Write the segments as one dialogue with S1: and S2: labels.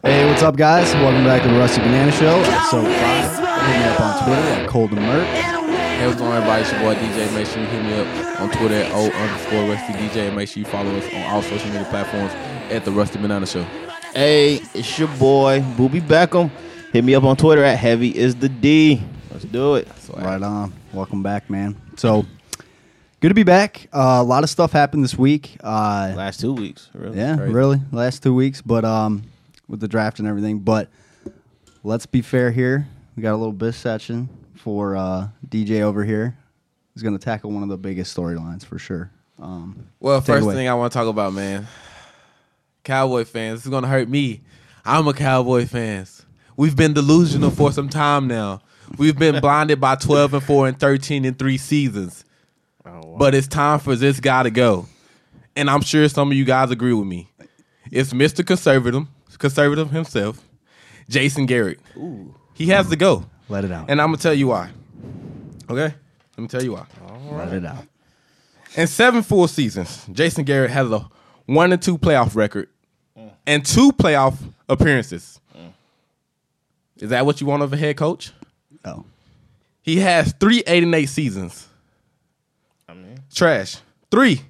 S1: what's up, guys? Welcome back to the Rusty Banana Show, episode 5. Hit me up on Twitter at Cold and Merc.
S2: Hey, what's going on, everybody? It's your boy DJ. Make sure you hit me up on Twitter at O underscore Rusty DJ. And make sure you follow us on all social media platforms at The Rusty Banana Show.
S3: Hey, it's your boy Booby Beckham. Hit me up on Twitter at Heavy is the D. Let's do it.
S1: Right on. Welcome back, man. So, good to be back. Uh, a lot of stuff happened this week. Uh,
S3: Last two weeks, really.
S1: Yeah,
S2: Crazy.
S1: really. Last two weeks, but um, with the draft and everything. But let's be fair here. We got a little bit section for uh, DJ over here. He's going to tackle one of the biggest storylines for sure. Um,
S2: Well,
S1: Take it
S2: first
S1: away.
S2: thing I want to talk about, man, Cowboy fans. This is gonna hurt me. I'm a Cowboy fans. We've been delusional for some time now. We've been blinded by 12 and four and 13 and three seasons.
S1: Oh,
S2: But it's time for this guy to go, and I'm sure some of you guys agree with me. It's Mr. Conservative, conservative himself, Jason Garrett. He has to go,
S1: let it out.
S2: and I'm gonna tell you why. Okay, let me tell you why.
S1: let it out.
S2: In seven full seasons, Jason Garrett has a one and two playoff record and two playoff appearances. Is that what you want of a head coach?
S1: Oh.
S2: He has three eight and eight seasons. Trash. Three.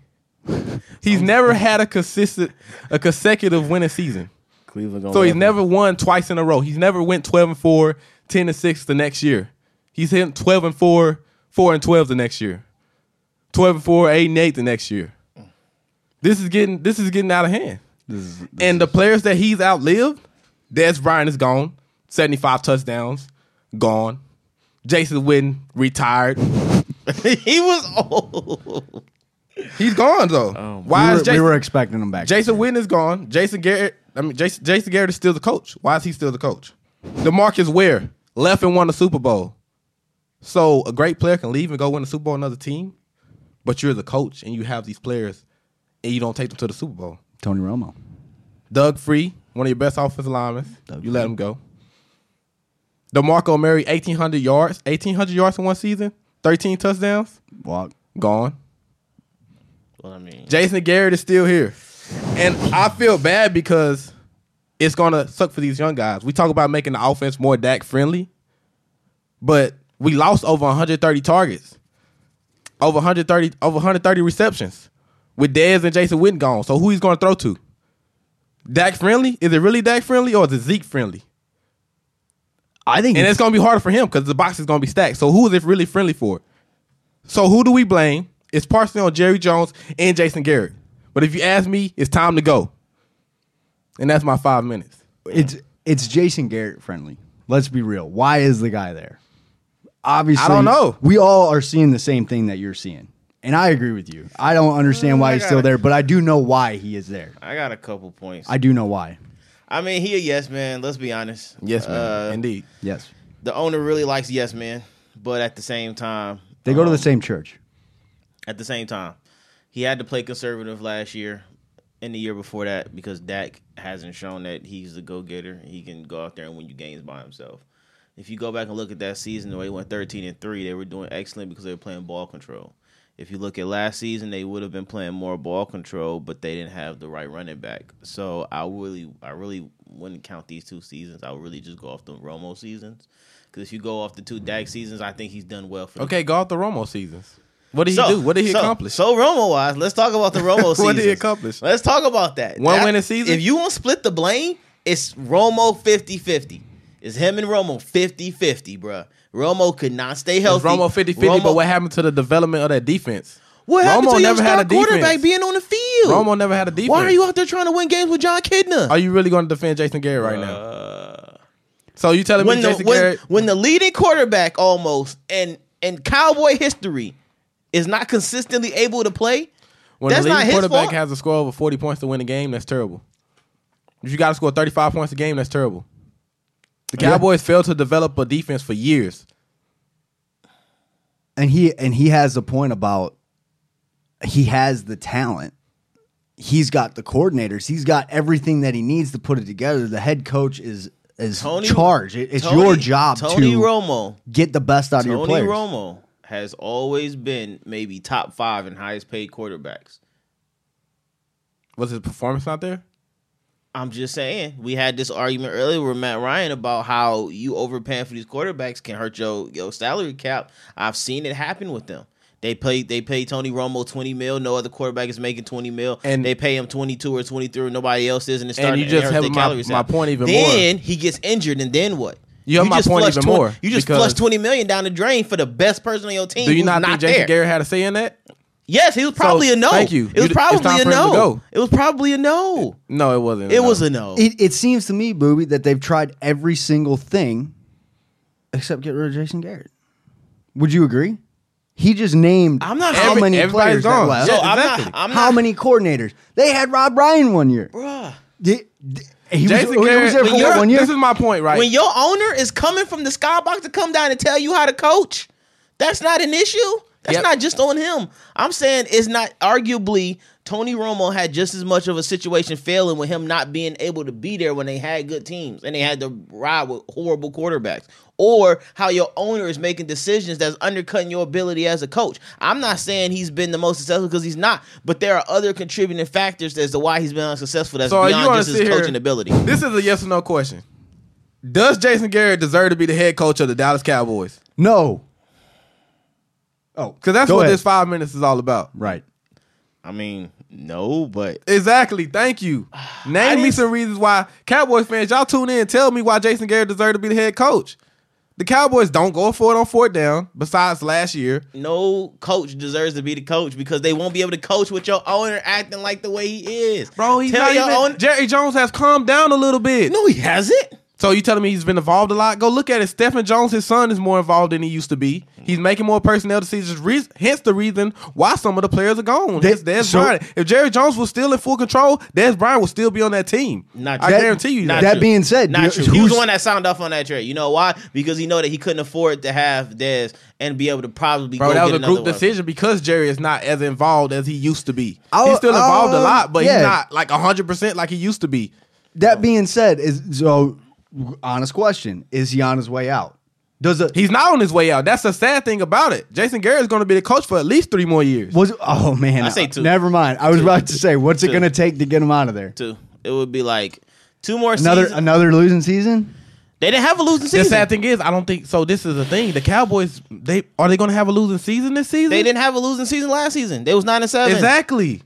S2: He's never had a consistent a consecutive winning season.
S3: Cleveland.
S2: So he's never won twice in a row. He's never went 12 and 4, 10 and 6 the next year. He's hitting 12 and 4, 4 and 12 the next year. 12 and 4, 8 and 8 the next year. This is getting this is getting out of hand.
S1: This is, this
S2: And the players that he's outlived, Des Bryant is gone, 75 touchdowns, gone. Jason Witten retired.
S3: he was old.
S2: He's gone though. Why
S1: we, were,
S2: is Jason
S1: we were expecting him back.
S2: Jason Witten is gone. Jason Garrett. I mean, Jason, Jason Garrett is still the coach. Why is he still the coach? Demarcus Ware left and won the Super Bowl. So a great player can leave and go win the Super Bowl on another team, but you're the coach and you have these players and you don't take them to the Super Bowl.
S1: Tony Romo.
S2: Doug Free, one of your best offensive linemen,
S1: Doug
S2: you let
S1: Free.
S2: him go. DeMarco Murray, 1,800 yards, 1,800 yards in one season, 13 touchdowns,
S1: Walk.
S2: gone.
S3: Well, I mean,
S2: Jason Garrett is still here. And I feel bad because it's gonna suck for these young guys. We talk about making the offense more Dak friendly, but we lost over 130 targets, over 130, over 130 receptions with Dez and Jason Witten gone. So who he's gonna throw to? Dak friendly? Is it really Dak friendly or is it Zeke friendly?
S1: I think
S2: And it's gonna be harder for him because the box is gonna be stacked. So who is it really friendly for? So who do we blame? It's partially on Jerry Jones and Jason Garrett. But if you ask me, it's time to go. And that's my five minutes.
S1: it's it's Jason Garrett friendly. Let's be real. Why is the guy there? Obviously,
S2: I don't know.
S1: We all are seeing the same thing that you're seeing, and I agree with you. I don't understand why
S3: Oh, I
S1: he's still
S3: gotta-
S1: there, but I do know why he is there.
S3: I got a couple points.
S1: I
S3: I,
S1: do know why.
S3: mean, he a yes man. Let's be honest.
S2: Yes, man.
S3: Uh,
S2: Indeed.
S1: Yes,
S3: the owner really likes yes man, but at the same time,
S1: they go to
S3: um,
S1: the same church.
S3: At the same time, he had to play conservative last year and the year before that because Dak hasn't shown that he's the go getter. He can go out there and win you games by himself. If you go back and look at that season, the way they went 13 and 3, they were doing excellent because they were playing ball control. If you look at last season, they would have been playing more ball control, but they didn't have the right running back. So I really, I really wouldn't count these two seasons. I would really just go off the Romo seasons because if you go off the two Dak seasons, I think he's done well for. the
S2: Okay, go off the Romo seasons. What did he do? What did he
S3: so,
S2: accomplish?
S3: So Romo wise, let's talk about the Romo season.
S2: What did he accomplish?
S3: Let's talk about that.
S2: One
S3: That-
S2: winning season?
S3: If you want to split the blame, it's Romo 50-50. It's him and Romo 50-50, bruh. Romo could not stay
S2: It's
S3: healthy.
S2: Romo 50 50,
S3: Romo-
S2: but what happened to the development of that defense?
S3: what happened
S2: Romo
S3: to your
S2: never had
S3: star
S2: a defense.
S3: quarterback being on the field?
S2: Romo never had a defense.
S3: Why are you out there trying to win games with John Kidna?
S2: Are you really going to defend Jason Garrett right now? So you telling me
S3: Uh, when the
S2: Jason
S3: when,
S2: Garrett?
S3: when the leading quarterback almost and and Cowboy history is not consistently able to play,
S2: When
S3: That's
S2: the
S3: not
S2: leading
S3: his
S2: quarterback
S3: fault.
S2: has a score over 40 points to win a game, that's terrible. If you got to score 35 points a game, that's terrible. The
S1: Yeah.
S2: Cowboys failed to develop a defense for years.
S1: and he and he has a point about he has the talent he's got the coordinators he's got everything that he needs to put it together the head coach is is
S3: Tony-
S1: charged It- it's
S3: Tony-
S1: your job
S3: Tony
S1: to
S3: Romo.
S1: get the best out of your
S3: Tony
S1: players
S3: Romo has always been maybe top five in highest paid quarterbacks.
S2: Was his performance not there?
S3: I'm just saying, we had this argument earlier with Matt Ryan about how you overpaying for these quarterbacks can hurt your your salary cap. I've seen it happen with them. They pay they pay Tony Romo twenty mil. No other quarterback is making twenty mil,
S2: And-
S3: and they pay him twenty two or twenty three. Nobody else is, and it's
S2: And
S3: starting
S2: you
S3: to
S2: just
S3: hurt
S2: have
S3: their
S2: my-
S3: calories
S2: my
S3: out.
S2: point even
S3: then
S2: more.
S3: he gets injured, and then what?
S2: You have my
S3: just
S2: point
S3: flushed
S2: even
S3: 20
S2: more,
S3: You just
S2: because-
S3: flushed twenty million down the drain for the best person on your team.
S2: Do you
S3: who's
S2: not, think Jason
S3: there.
S2: Garrett had a say in that?
S3: Yes, he was probably a no.
S2: thank you.
S3: It was
S2: You- it's
S3: probably
S2: time for
S3: a
S2: him to
S3: no.
S2: go.
S3: It was probably a no.
S2: No, it wasn't.
S3: It
S2: no.
S3: was a no.
S4: It, it seems to me, Booby, that they've tried every single thing except get rid of Jason Garrett. Would you agree? He just named
S3: I'm not-
S4: how
S2: Every-
S4: many players
S2: everybody's
S4: that
S2: gone.
S4: left.
S3: so
S2: Yeah,
S3: I'm
S2: exactly.
S3: not. I'm
S4: how
S3: not.
S4: many coordinators? They had Rob Ryan one year.
S3: Bruh.
S4: Di- di- He was,
S2: Jason
S4: he was
S2: Garrett.
S4: there for
S2: when
S4: what,
S2: you're-
S4: one year.
S2: This is my point, right?
S3: When your owner is coming from the skybox to come down and tell you how to coach, that's not an issue. That's
S2: Yep.
S3: not just on him. I'm saying it's not arguably Tony Romo had just as much of a situation failing with him not being able to be there when they had good teams and they had to ride with horrible quarterbacks. Or how your owner is making decisions that's undercutting your ability as a coach. I'm not saying he's been the most successful because he's not, but there are other contributing factors as to why he's been unsuccessful that's
S2: So are you
S3: beyond
S2: gonna
S3: just his
S2: sit here-
S3: coaching ability.
S2: This is a yes or no question. Does Jason Garrett deserve to be the head coach of the Dallas Cowboys?
S4: no. Oh,
S2: Because that's
S4: go
S2: what
S4: ahead.
S2: this five minutes is all about.
S4: Right.
S3: I mean, no, but
S2: Exactly. Thank you. Name me
S3: didn't-
S2: some reasons why Cowboys fans, y'all tune in. Tell me why Jason Garrett deserved to be the head coach. The Cowboys don't go for it on fourth down. Besides last year,
S3: no coach deserves to be the coach because they won't be able to coach with your owner acting like the way he is.
S2: bro, he's
S3: Tell
S2: not
S3: your
S2: even.
S3: owner-
S2: Jerry Jones has calmed down a little bit.
S3: no, he hasn't.
S2: So you telling me he's been involved a lot? Go look at it. Stephen Jones, his son, is more involved than he used to be. He's making more personnel decisions. Re- hence the reason why some of the players are gone.
S4: They-
S2: That's Des
S4: so-
S2: Bryant. If Jerry Jones was still in full control, Des Bryant would still be on that team.
S3: Not
S2: I
S3: true.
S2: guarantee you
S3: Not
S2: that.
S4: That
S3: true.
S4: being said,
S3: Not
S4: you-
S3: true. He was
S4: who's-
S3: the one that signed off on that trade. You know why? Because he know that he couldn't afford to have Des and be able to probably
S2: Bro,
S3: go
S2: that was
S3: get
S2: a
S3: another
S2: group
S3: one.
S2: decision because Jerry is not as involved as he used to be.
S3: Oh,
S4: I'll-
S2: he's still involved a
S3: um,
S4: I'll-
S2: lot, but
S4: yeah.
S2: he's not like hundred percent like he used to be.
S4: That being said, is so honest question: Is he on his way out? Does a
S2: He's not on his way out. That's the sad thing about it. Jason Garrett is going to be the coach for at least three more years.
S4: was oh man?
S3: I say two.
S4: Never mind. I was about to say, what's it
S3: Two.
S4: going to take to get him out of there?
S3: Two. It would be like two more
S4: Another
S3: seasons.
S4: another losing season?
S3: They didn't have a losing
S2: The
S3: season.
S2: sad thing is, I don't think so. This is the thing. The Cowboys, they are they going to have a losing season this season?
S3: They didn't have a losing season last season. They was nine and seven.
S2: exactly.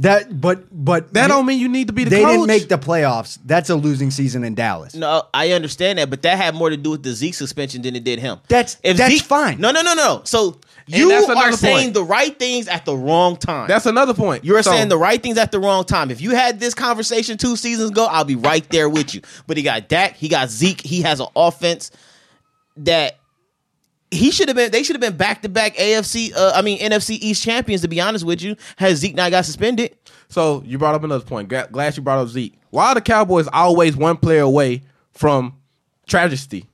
S4: That but but
S2: That don't mean you need to be the
S4: they
S2: coach.
S4: didn't make the playoffs. That's a losing season in Dallas.
S3: No, I understand that, but that had more to do with the Zeke suspension than it did him.
S4: That's- that's fine.
S3: No, no, no, no. So
S2: And
S3: you
S2: that's another
S3: are saying
S2: point.
S3: the right things at the wrong time.
S2: That's another point.
S3: you're
S2: So,
S3: saying the right things at the wrong time. If you had this conversation two seasons ago, I'll be right there with you. But he got Dak, he got Zeke, he has an offense that he should have been. They should have been back to back AFC. Uh, I mean NFC East champions. To be honest with you, has Zeke not got suspended?
S2: So you brought up another point. Gra- Glad you brought up Zeke. Why are the Cowboys always one player away from tragedy?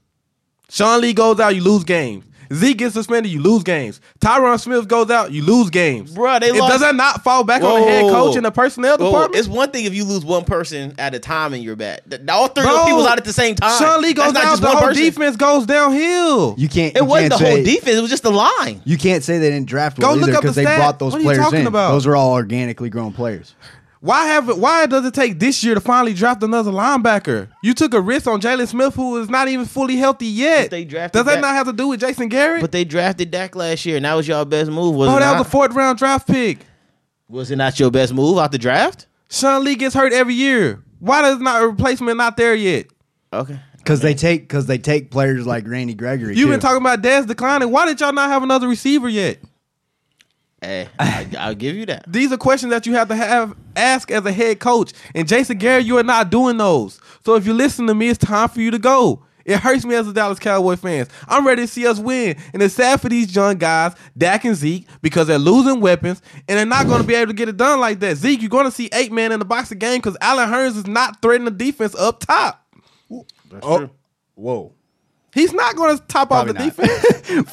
S2: Sean Lee goes out, you lose games. Zeke gets suspended, you lose games. Tyron Smith goes out, you lose games.
S3: Bruh, they
S2: it
S3: lost-
S2: does that not fall back on the head
S3: Whoa.
S2: coach and the personnel
S3: Whoa,
S2: department.
S3: It's one thing if you lose one person at a time and you're bad. Th- All three of
S2: Bro,
S3: those people out at the same time.
S2: Sean Lee
S3: That's
S2: goes
S3: not
S2: out,
S3: just
S2: the
S3: one
S2: whole
S3: person.
S2: defense goes downhill.
S4: You can't.
S3: It
S4: you
S3: wasn't
S4: can't
S3: the whole
S4: say-
S3: defense. It was just the line.
S4: You can't say they didn't draft
S2: Go
S4: well
S2: look
S4: either
S2: up the
S4: because they
S2: stat.
S4: brought those
S2: What are you
S4: players
S2: talking
S4: in.
S2: about?
S4: Those are all organically grown players.
S2: Why haven't? Why does it take this year to finally draft another linebacker? You took a risk on Jalen Smith, who is not even fully healthy yet.
S3: But they drafted
S2: does that,
S3: that-
S2: not have to do with Jason Garrett?
S3: But they drafted Dak last year, and that was your best move. Was,
S2: oh,
S3: it,
S2: that
S3: not?
S2: was a fourth round draft pick.
S3: was it not your best move out the draft?
S2: Sean Lee gets hurt every year. Why does not a replacement not there yet?
S3: Okay.
S4: Because they take because they take players like Randy Gregory.
S2: You've been
S4: too.
S2: talking about Dez declining. Why did y'all not have another receiver yet?
S3: Hey, I, I'll give you that.
S2: These are questions that you have to have ask as a head coach. And Jason Garrett, you are not doing those. So if you listen to me, it's time for you to go. It hurts me as a Dallas Cowboy fans. I'm ready to see us win. And it's sad for these young guys, Dak and Zeke, because they're losing weapons and they're not going to be able to get it done like that. Zeke, you're going to see eight man in the box of game because Allen Hearns is not threatening the defense up top.
S4: Oh, whoa.
S2: He's not going to top off the
S4: Probably not.
S2: defense.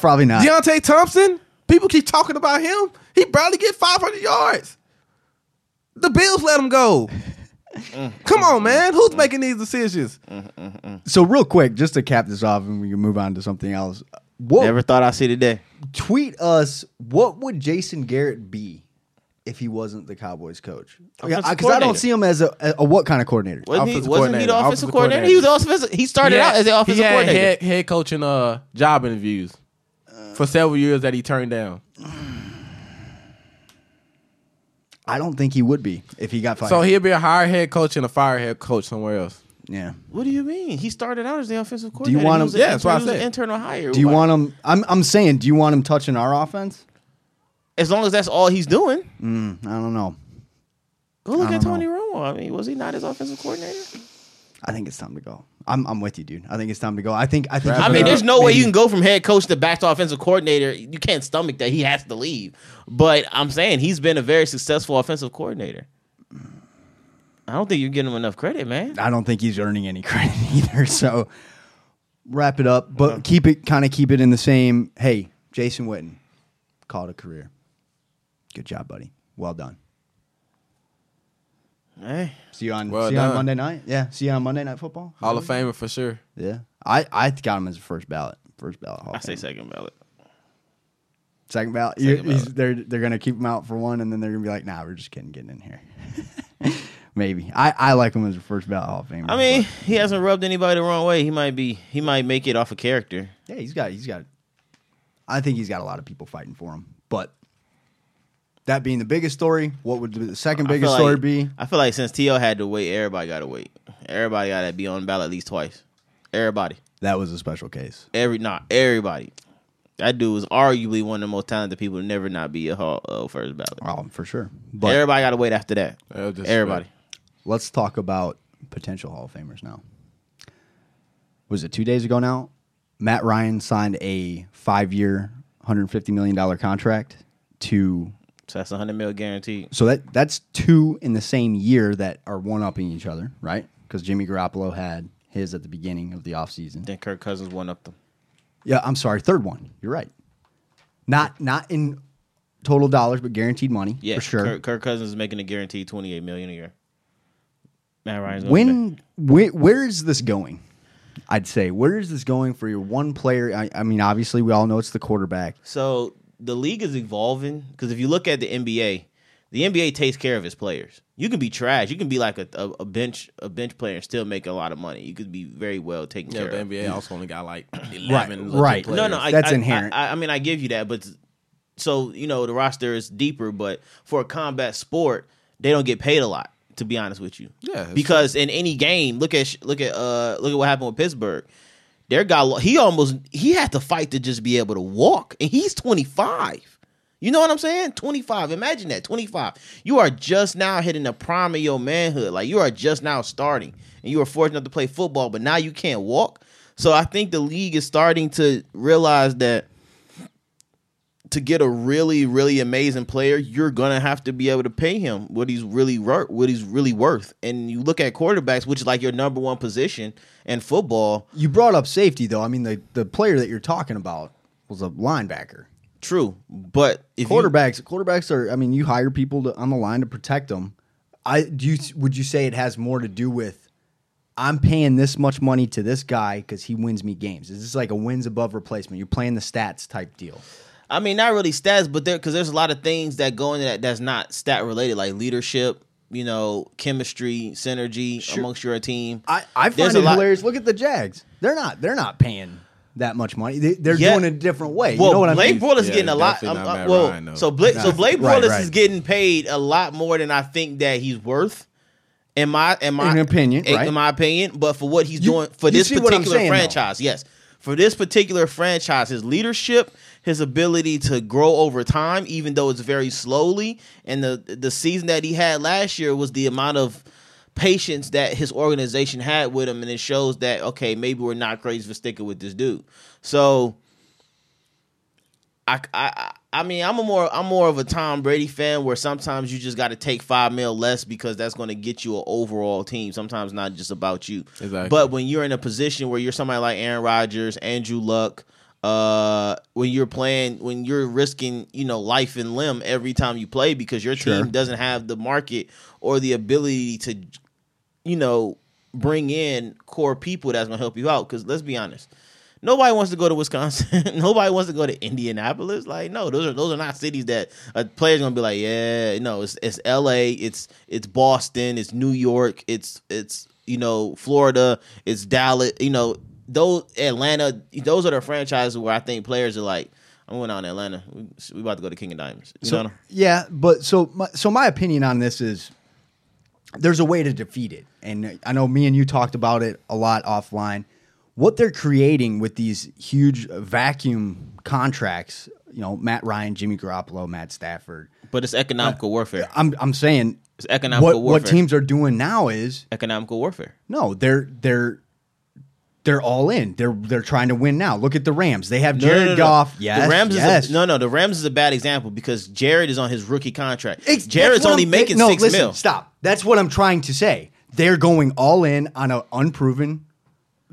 S4: Probably not.
S2: Deontay Thompson, people keep talking about him. He barely get 500 yards. The Bills let him go. Come on, man. Who's making these decisions?
S4: So real quick, just to cap this off, and we can move on to something else. What
S3: Never thought I'd see the day.
S4: tweet us? What would Jason Garrett be
S1: if he wasn't the Cowboys coach.
S3: Offensive
S1: Because I don't
S3: coordinator.
S1: see him as a, a, a what kind of coordinator.
S3: Wasn't, he,
S2: Offensive
S3: wasn't he the
S2: coordinator,
S3: offensive
S2: offensive
S3: coordinator? He was the offensive. He started
S2: Yeah,
S3: out as the offensive
S2: he had
S3: coordinator.
S2: Head, head coaching uh, job interviews for several years that he turned down.
S1: I don't think he would be if he got fired.
S2: So he'll be a hired head coach and a fired head coach somewhere else.
S1: yeah.
S3: What do you mean? He started out as the offensive coordinator.
S1: want
S3: He
S1: him-
S3: was an
S2: Yeah, that's
S3: intern-
S2: what I
S3: he was an
S2: said.
S3: internal hire.
S1: Do you
S3: Like,
S1: want him? I'm I'm saying, do you want him touching our offense?
S3: As long as that's all he's doing.
S1: Mm, I don't know.
S3: Go look
S1: I
S3: at
S1: don't
S3: Tony Romo. I mean, was he not his offensive coordinator?
S1: I think it's time to go. I'm I'm with you, dude. I think it's time to go. I think I think.
S2: Wrap
S3: I
S2: it
S3: mean,
S2: up.
S3: there's no way you can go from head coach to back to offensive coordinator. You can't stomach that he has to leave. But I'm saying he's been a very successful offensive coordinator. I don't think you're giving him enough credit, man.
S1: I don't think he's earning any credit either. So wrap it up, but
S2: Uh-huh.
S1: keep it kind of keep it in the same. Hey, Jason Witten, called a career. Good job, buddy. Well done.
S3: Eh.
S1: See you on
S2: Well
S1: see you on
S2: done.
S1: Monday night. Yeah, see you on Monday night football.
S2: Hall of Famer for sure.
S1: Yeah, I I got him as a first ballot. First ballot. Hall
S3: I
S1: of
S3: say
S1: Famer.
S3: second ballot.
S1: Second ballot.
S3: Second
S1: You- he's-
S3: ballot.
S1: They're they're gonna keep him out for one, and then they're gonna be like, "Nah, we're just kidding, getting in here." Maybe I, I like him as a first ballot Hall of Famer.
S3: I mean,
S1: but-
S3: he hasn't rubbed anybody the wrong way. He might be. He might make it off a character.
S1: yeah, he's got he's got. I think he's got a lot of people fighting for him. But that being the biggest story, what would the second
S3: I feel
S1: biggest story
S3: like-
S1: be?
S3: I feel like since T.O. had to wait, everybody got to wait. Everybody got to be on ballot at least twice. Everybody.
S1: That was a special case.
S3: Every not everybody. That dude was arguably one of the most talented people to never not be a hall uh, first ballot.
S1: Oh, for sure. But
S3: everybody got to wait after that.
S2: That was disrespect.
S3: Everybody.
S1: let's talk about potential Hall of Famers now. Was it two days ago now? Matt Ryan signed a five year, $150 million contract to.
S3: So that's 100 mil guaranteed.
S1: So that that's two in the same year that are one upping each other, right? Because Jimmy Garoppolo had his at the beginning of the offseason.
S3: Then Kirk Cousins won up them.
S1: Yeah, I'm sorry, third one. You're right. Not not in total dollars, but guaranteed money
S3: Yeah,
S1: for sure.
S3: Kirk, Kirk Cousins is making a guaranteed 28 million a year. Matt Ryan's gonna be back.
S1: when whe- where is this going i'd say where is this going for your one player I, I mean obviously we all know it's the quarterback
S3: So the league is evolving because if you look at the NBA, the NBA takes care of its players. You can be trash. You can be like a, a, a bench a bench player and still make a lot of money. You could be very well taken
S2: Yeah,
S3: care
S2: the
S3: of.
S2: NBA also only got like eleven. legit
S1: right.
S2: players.
S3: No, no, I,
S1: That's
S3: I-
S1: inherent.
S3: I, I mean, I give you that, but so you know, the roster is deeper. But for a combat sport, they don't get paid a lot. To be honest with you,
S2: Yeah, it's
S3: because in any game, look at sh- look at uh look at what happened with Pittsburgh. Their guy, lo- he almost he had to fight to just be able to walk, and he's twenty five. You know what I'm saying? 25. Imagine that. 25. You are just now hitting the prime of your manhood. Like you are just now starting, and you are fortunate enough to play football, but now you can't walk. So I think the league is starting to realize that to get a really really amazing player, you're gonna have to be able to pay him what he's really worth. What he's really worth. And you look at quarterbacks, which is like your number one position in football.
S1: you brought up safety though i mean the, the player that you're talking about was a linebacker
S3: True, but if you,
S1: quarterbacks quarterbacks are i mean you hire people to, on the line to protect them i do you would you say it has more to do with i'm paying this much money to this guy because he wins me games is this like a wins above replacement you're playing the stats type deal
S3: I mean, not really stats, but there because there's a lot of things that go into that that's not stat related, like leadership, you know, chemistry, synergy amongst your team.
S1: I, I
S3: There's
S1: find
S3: a
S1: it
S3: lot-
S1: hilarious. Look at the Jags. They're not they're not paying that much money. They, they're
S3: Yeah.
S1: doing it a different way.
S3: well,
S1: you know what I mean?
S3: Blake Bortles
S2: Yeah,
S3: getting a lot.
S2: definitely
S3: um,
S2: not
S3: uh,
S2: Matt
S3: well,
S2: Ryan, though.
S3: so Blake, so
S1: Nah,
S3: Blake
S1: right,
S3: Bortles
S1: right.
S3: is getting paid a lot more than I think that he's worth. In my, in my
S1: In your opinion,
S3: in,
S1: right?
S3: my opinion, but for what he's
S1: You-
S3: doing for
S1: you
S3: this
S1: see what I'm
S3: particular
S1: saying, though.
S3: franchise, yes, for this particular franchise, his leadership, his ability to grow over time, even though it's very slowly, and the the season that he had last year was the amount of patience that his organization had with him, and it shows that okay, maybe we're not crazy for sticking with this dude. So. I, I, I- I mean, I'm a more I'm more of a Tom Brady fan where sometimes you just got to take five mil less because that's going to get you an overall team. Sometimes not just about you.
S2: Exactly.
S3: But when you're in a position where you're somebody like Aaron Rodgers, Andrew Luck, uh, when you're playing, when you're risking, you know, life and limb every time you play because your
S1: Sure.
S3: team doesn't have the market or the ability to you know, bring in core people that's gonna help you out. Because let's be honest, Nobody wants to go to Wisconsin. Nobody wants to go to Indianapolis. Like, no, those are those are not cities that a player's gonna be like, yeah, no, it's it's L.A., it's it's Boston, it's New York, it's it's you know Florida, it's Dallas, you know those Atlanta. Those are the franchises where I think players are like, I'm going out in Atlanta. We, we about to go to King of Diamonds. You
S1: So,
S3: know?
S1: yeah, but so my, so my opinion on this is there's a way to defeat it, and I know me and you talked about it a lot offline. What they're creating with these huge vacuum contracts, you know, Matt Ryan, Jimmy Garoppolo, Matt Stafford.
S3: But it's economical warfare.
S1: I'm I'm saying
S3: It's economical
S1: what,
S3: warfare.
S1: what teams are doing now is
S3: Economical warfare.
S1: no, they're they're they're all in. They're they're trying to win now. Look at the Rams. They have Jared Goff. Yes,
S3: the Rams
S1: yes.
S3: Is a, no, no. The Rams is a bad example because Jared is on his rookie contract.
S1: Ex-
S3: Jared's
S1: that's what
S3: only
S1: I'm-
S3: making
S1: no,
S3: six
S1: listen,
S3: mil.
S1: Stop. That's what I'm trying to say. They're going all in on an unproven,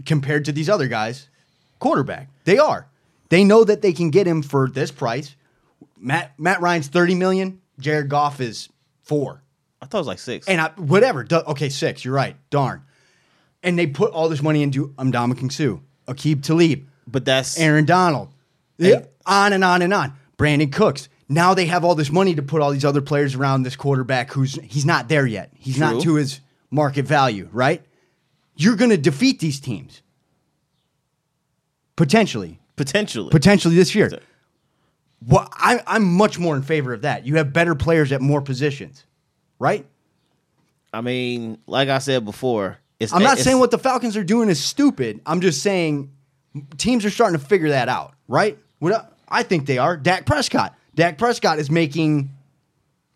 S1: compared to these other guys, quarterback. They are. They know that they can get him for this price. Matt Matt Ryan's thirty million. Jared Goff is four,
S3: I thought it was like six.
S1: and I, whatever. du- okay, six. You're right. Darn. And they put all this money into Amdama Sue, Akib Talib,
S3: but that's
S1: Aaron Donald, Yeah, on and on and on. Brandon Cooks. Now they have all this money to put all these other players around this quarterback who's he's not there yet. He's not
S3: True.
S1: to his market value, right? You're going to defeat these teams potentially,
S3: potentially.
S1: potentially this year. Well, I, I'm much more in favor of that. You have better players at more positions, right?
S3: I mean, like I said before, it's.
S1: I'm not
S3: it's-
S1: saying what the Falcons are doing is stupid. I'm just saying teams are starting to figure that out, right? What I, I think they are. Dak Prescott. Dak Prescott is making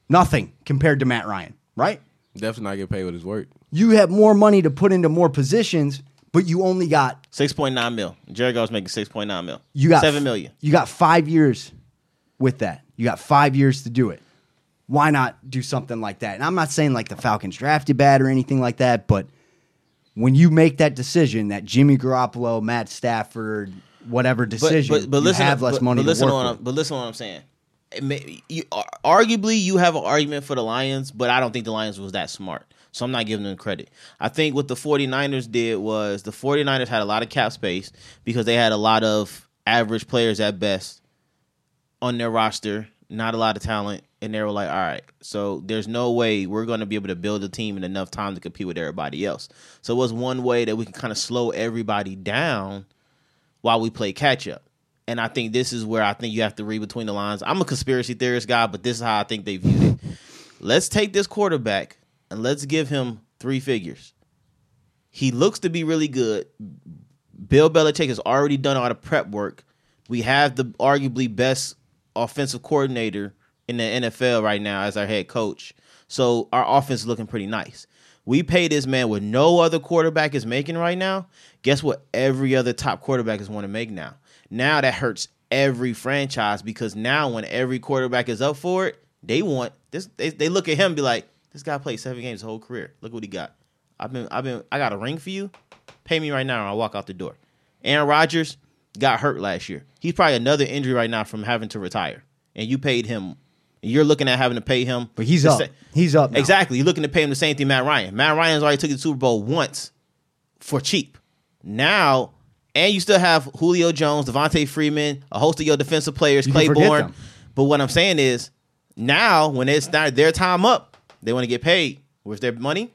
S1: nothing compared to Matt Ryan, right?
S2: Definitely not get paid with his work.
S1: You have more money to put into more positions, but you only got
S3: six point nine mil. Jared Goff's making six point nine mil.
S1: you got
S3: seven million.
S1: You got five years with that. You got five years to do it. Why not do something like that? And I'm not saying like the Falcons drafted bad or anything like that, but when you make that decision, that Jimmy Garoppolo, Matt Stafford, whatever decision,
S3: But, but, but listen,
S1: you have less
S3: but,
S1: money
S3: But listen
S1: to
S3: to
S1: work
S3: what I'm,
S1: with.
S3: but listen to what I'm saying. It may, you, ar- arguably, you have an argument for the Lions, but I don't think the Lions was that smart. So I'm not giving them credit. I think what the 49ers did was the 49ers had a lot of cap space because they had a lot of average players at best on their roster, not a lot of talent, and they were like, all right, so there's no way we're going to be able to build a team in enough time to compete with everybody else. So it was one way that we can kind of slow everybody down while we play catch up. And I think this is where I think you have to read between the lines. I'm a conspiracy theorist guy, but this is how I think they viewed it. Let's take this quarterback and let's give him three figures. He looks to be really good. Bill Belichick has already done all the prep work. We have the arguably best offensive coordinator in the NFL right now as our head coach. So our offense is looking pretty nice. We pay this man what no other quarterback is making right now. Guess what? Every other top quarterback is want to make now. Now that hurts every franchise because now when every quarterback is up for it, they want this. They, they look at him and be like, "This guy played seven games his whole career. Look what he got. I've been, I've been, I got a ring for you. Pay me right now, or I walk out the door." Aaron Rodgers got hurt last year. He's probably another injury right now from having to retire, and you paid him. And you're looking at having to pay him,
S1: But he's
S3: the
S1: up.
S3: sa-
S1: He's up now.
S3: Exactly. You're looking to pay him the same thing Matt Ryan. Matt Ryan's already took the Super Bowl once for cheap. Now, and you still have Julio Jones, Devontae Freeman, a host of your defensive players,
S1: can forget
S3: Claiborne.
S1: them.
S3: But what I'm saying is, now when it's not their time up, they want to get paid. Where's their money?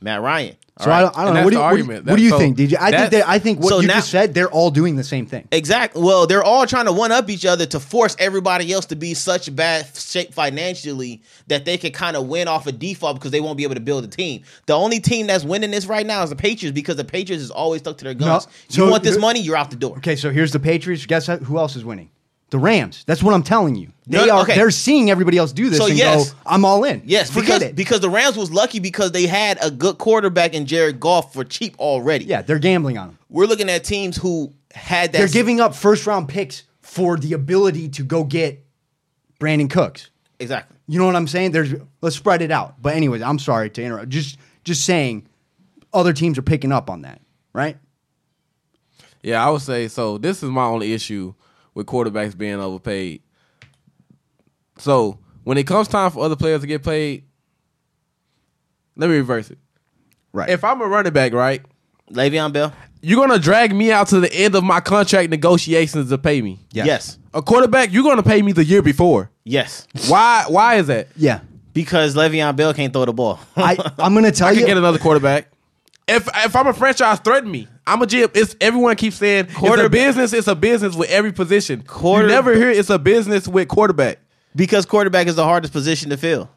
S3: Matt Ryan. All
S1: So I
S3: right.
S1: don't, I don't
S2: And
S1: know. What do, you, what do you-
S2: that's the argument.
S1: what do you
S2: That's-
S1: think, DJ? I think
S2: that's-
S1: that I think what
S3: so
S1: you
S3: now-
S1: just said, they're all doing the same thing.
S3: Exactly. Well, they're all trying to one up each other to force everybody else to be such bad shape financially that they can kind of win off a default because they won't be able to build a team. The only team that's winning this right now is the Patriots because the Patriots is always stuck to their guns.
S1: so
S3: you want this
S1: you-
S3: money, you're out the door.
S1: Okay, so here's the Patriots. Guess how- who else is winning? The Rams. That's what I'm telling you. They
S3: No,
S1: are.
S3: okay.
S1: They're seeing everybody else do this
S3: So
S1: and
S3: yes.
S1: go, "I'm all in."
S3: Yes,
S1: forget
S3: because,
S1: it.
S3: because the Rams was lucky because they had a good quarterback in Jared Goff for cheap already.
S1: yeah, they're gambling on them.
S3: We're looking at teams who had that
S1: They're giving up first round picks for the ability to go get Brandon Cooks.
S3: Exactly.
S1: You know what I'm saying? There's let's spread it out. But anyways, I'm sorry to interrupt. Just just saying other teams are picking up on that, right?
S2: Yeah, I would say so. This is my only issue with quarterbacks being overpaid. So when it comes time for other players to get paid, let me reverse it.
S1: Right.
S2: If I'm a running back, right,
S3: Le'Veon Bell.
S2: You're gonna drag me out to the end of my contract negotiations to pay me.
S4: Yes.
S3: Yes.
S2: A quarterback, you're gonna pay me the year before.
S3: Yes.
S2: Why? Why is that?
S4: Yeah.
S3: Because Le'Veon Bell can't throw the ball.
S4: I, I'm going to tell
S2: I
S4: you.
S2: can get another quarterback. If if I'm a franchise, threaten me. I'm a GM. It's everyone keeps saying it's a
S3: Quarterback-
S2: business. It's a business with every position.
S3: Quarter-
S2: you never hear it's a business with quarterback.
S3: because quarterback is the hardest position to fill.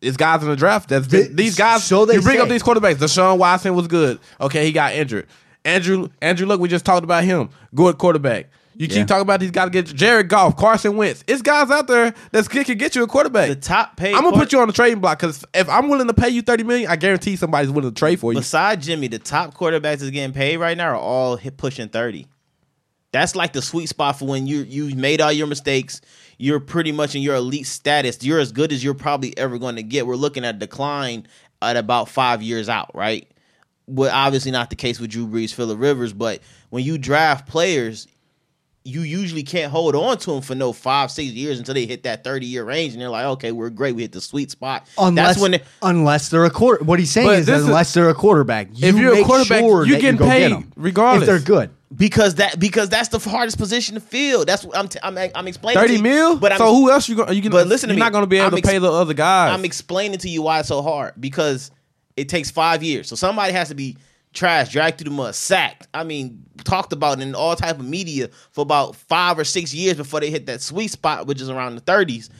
S2: It's guys in the draft. That's
S4: Th-
S2: these guys.
S4: so they
S2: you bring up
S4: say.
S2: these quarterbacks. Deshaun Watson was good. Okay, he got injured. Andrew Andrew Luck. We just talked about him. Good quarterback. You
S4: Yeah.
S2: keep talking about these guys. Get Jared Goff, Carson Wentz. It's guys out there that's that can get you a quarterback.
S3: The top paid.
S2: I'm gonna put you on the trading block because if I'm willing to pay you thirty million, I guarantee somebody's willing to trade for you.
S3: Beside Jimmy, the top quarterbacks that's getting paid right now are all hit pushing thirty. That's like the sweet spot for when you you made all your mistakes. You're pretty much in your elite status. You're as good as you're probably ever going to get. We're looking at decline at about five years out, right? Well, obviously not the case with Drew Brees, Phillip Rivers, but when you draft players, you usually can't hold on to them for no five, six years until they hit that thirty year range, and they're like, okay, we're great, we hit the sweet spot.
S4: Unless,
S3: That's when they-
S4: unless they're a quarter, what he's saying
S2: But
S4: is
S2: this is-
S4: unless they're a quarterback, you
S2: you're a
S4: make
S2: quarterback,
S4: sure
S2: you
S4: that you
S2: getting
S4: go
S2: paid
S4: get 'em.
S2: regardless.
S4: if they're good.
S3: Because that because that's the hardest position to fill. That's what I'm t- I'm I'm explaining. to
S2: Thirty
S3: you-
S2: mil.
S3: But I'm,
S2: so who else you gonna? You gonna
S3: but listen to
S2: you're
S3: me.
S2: not gonna be able
S3: I'm
S2: to
S3: ex-
S2: pay the other guys.
S3: I'm explaining to you why it's so hard because it takes five years. So somebody has to be trashed, dragged through the mud, sacked. I mean, talked about in all type of media for about five or six years before they hit that sweet spot, which is around the 30s.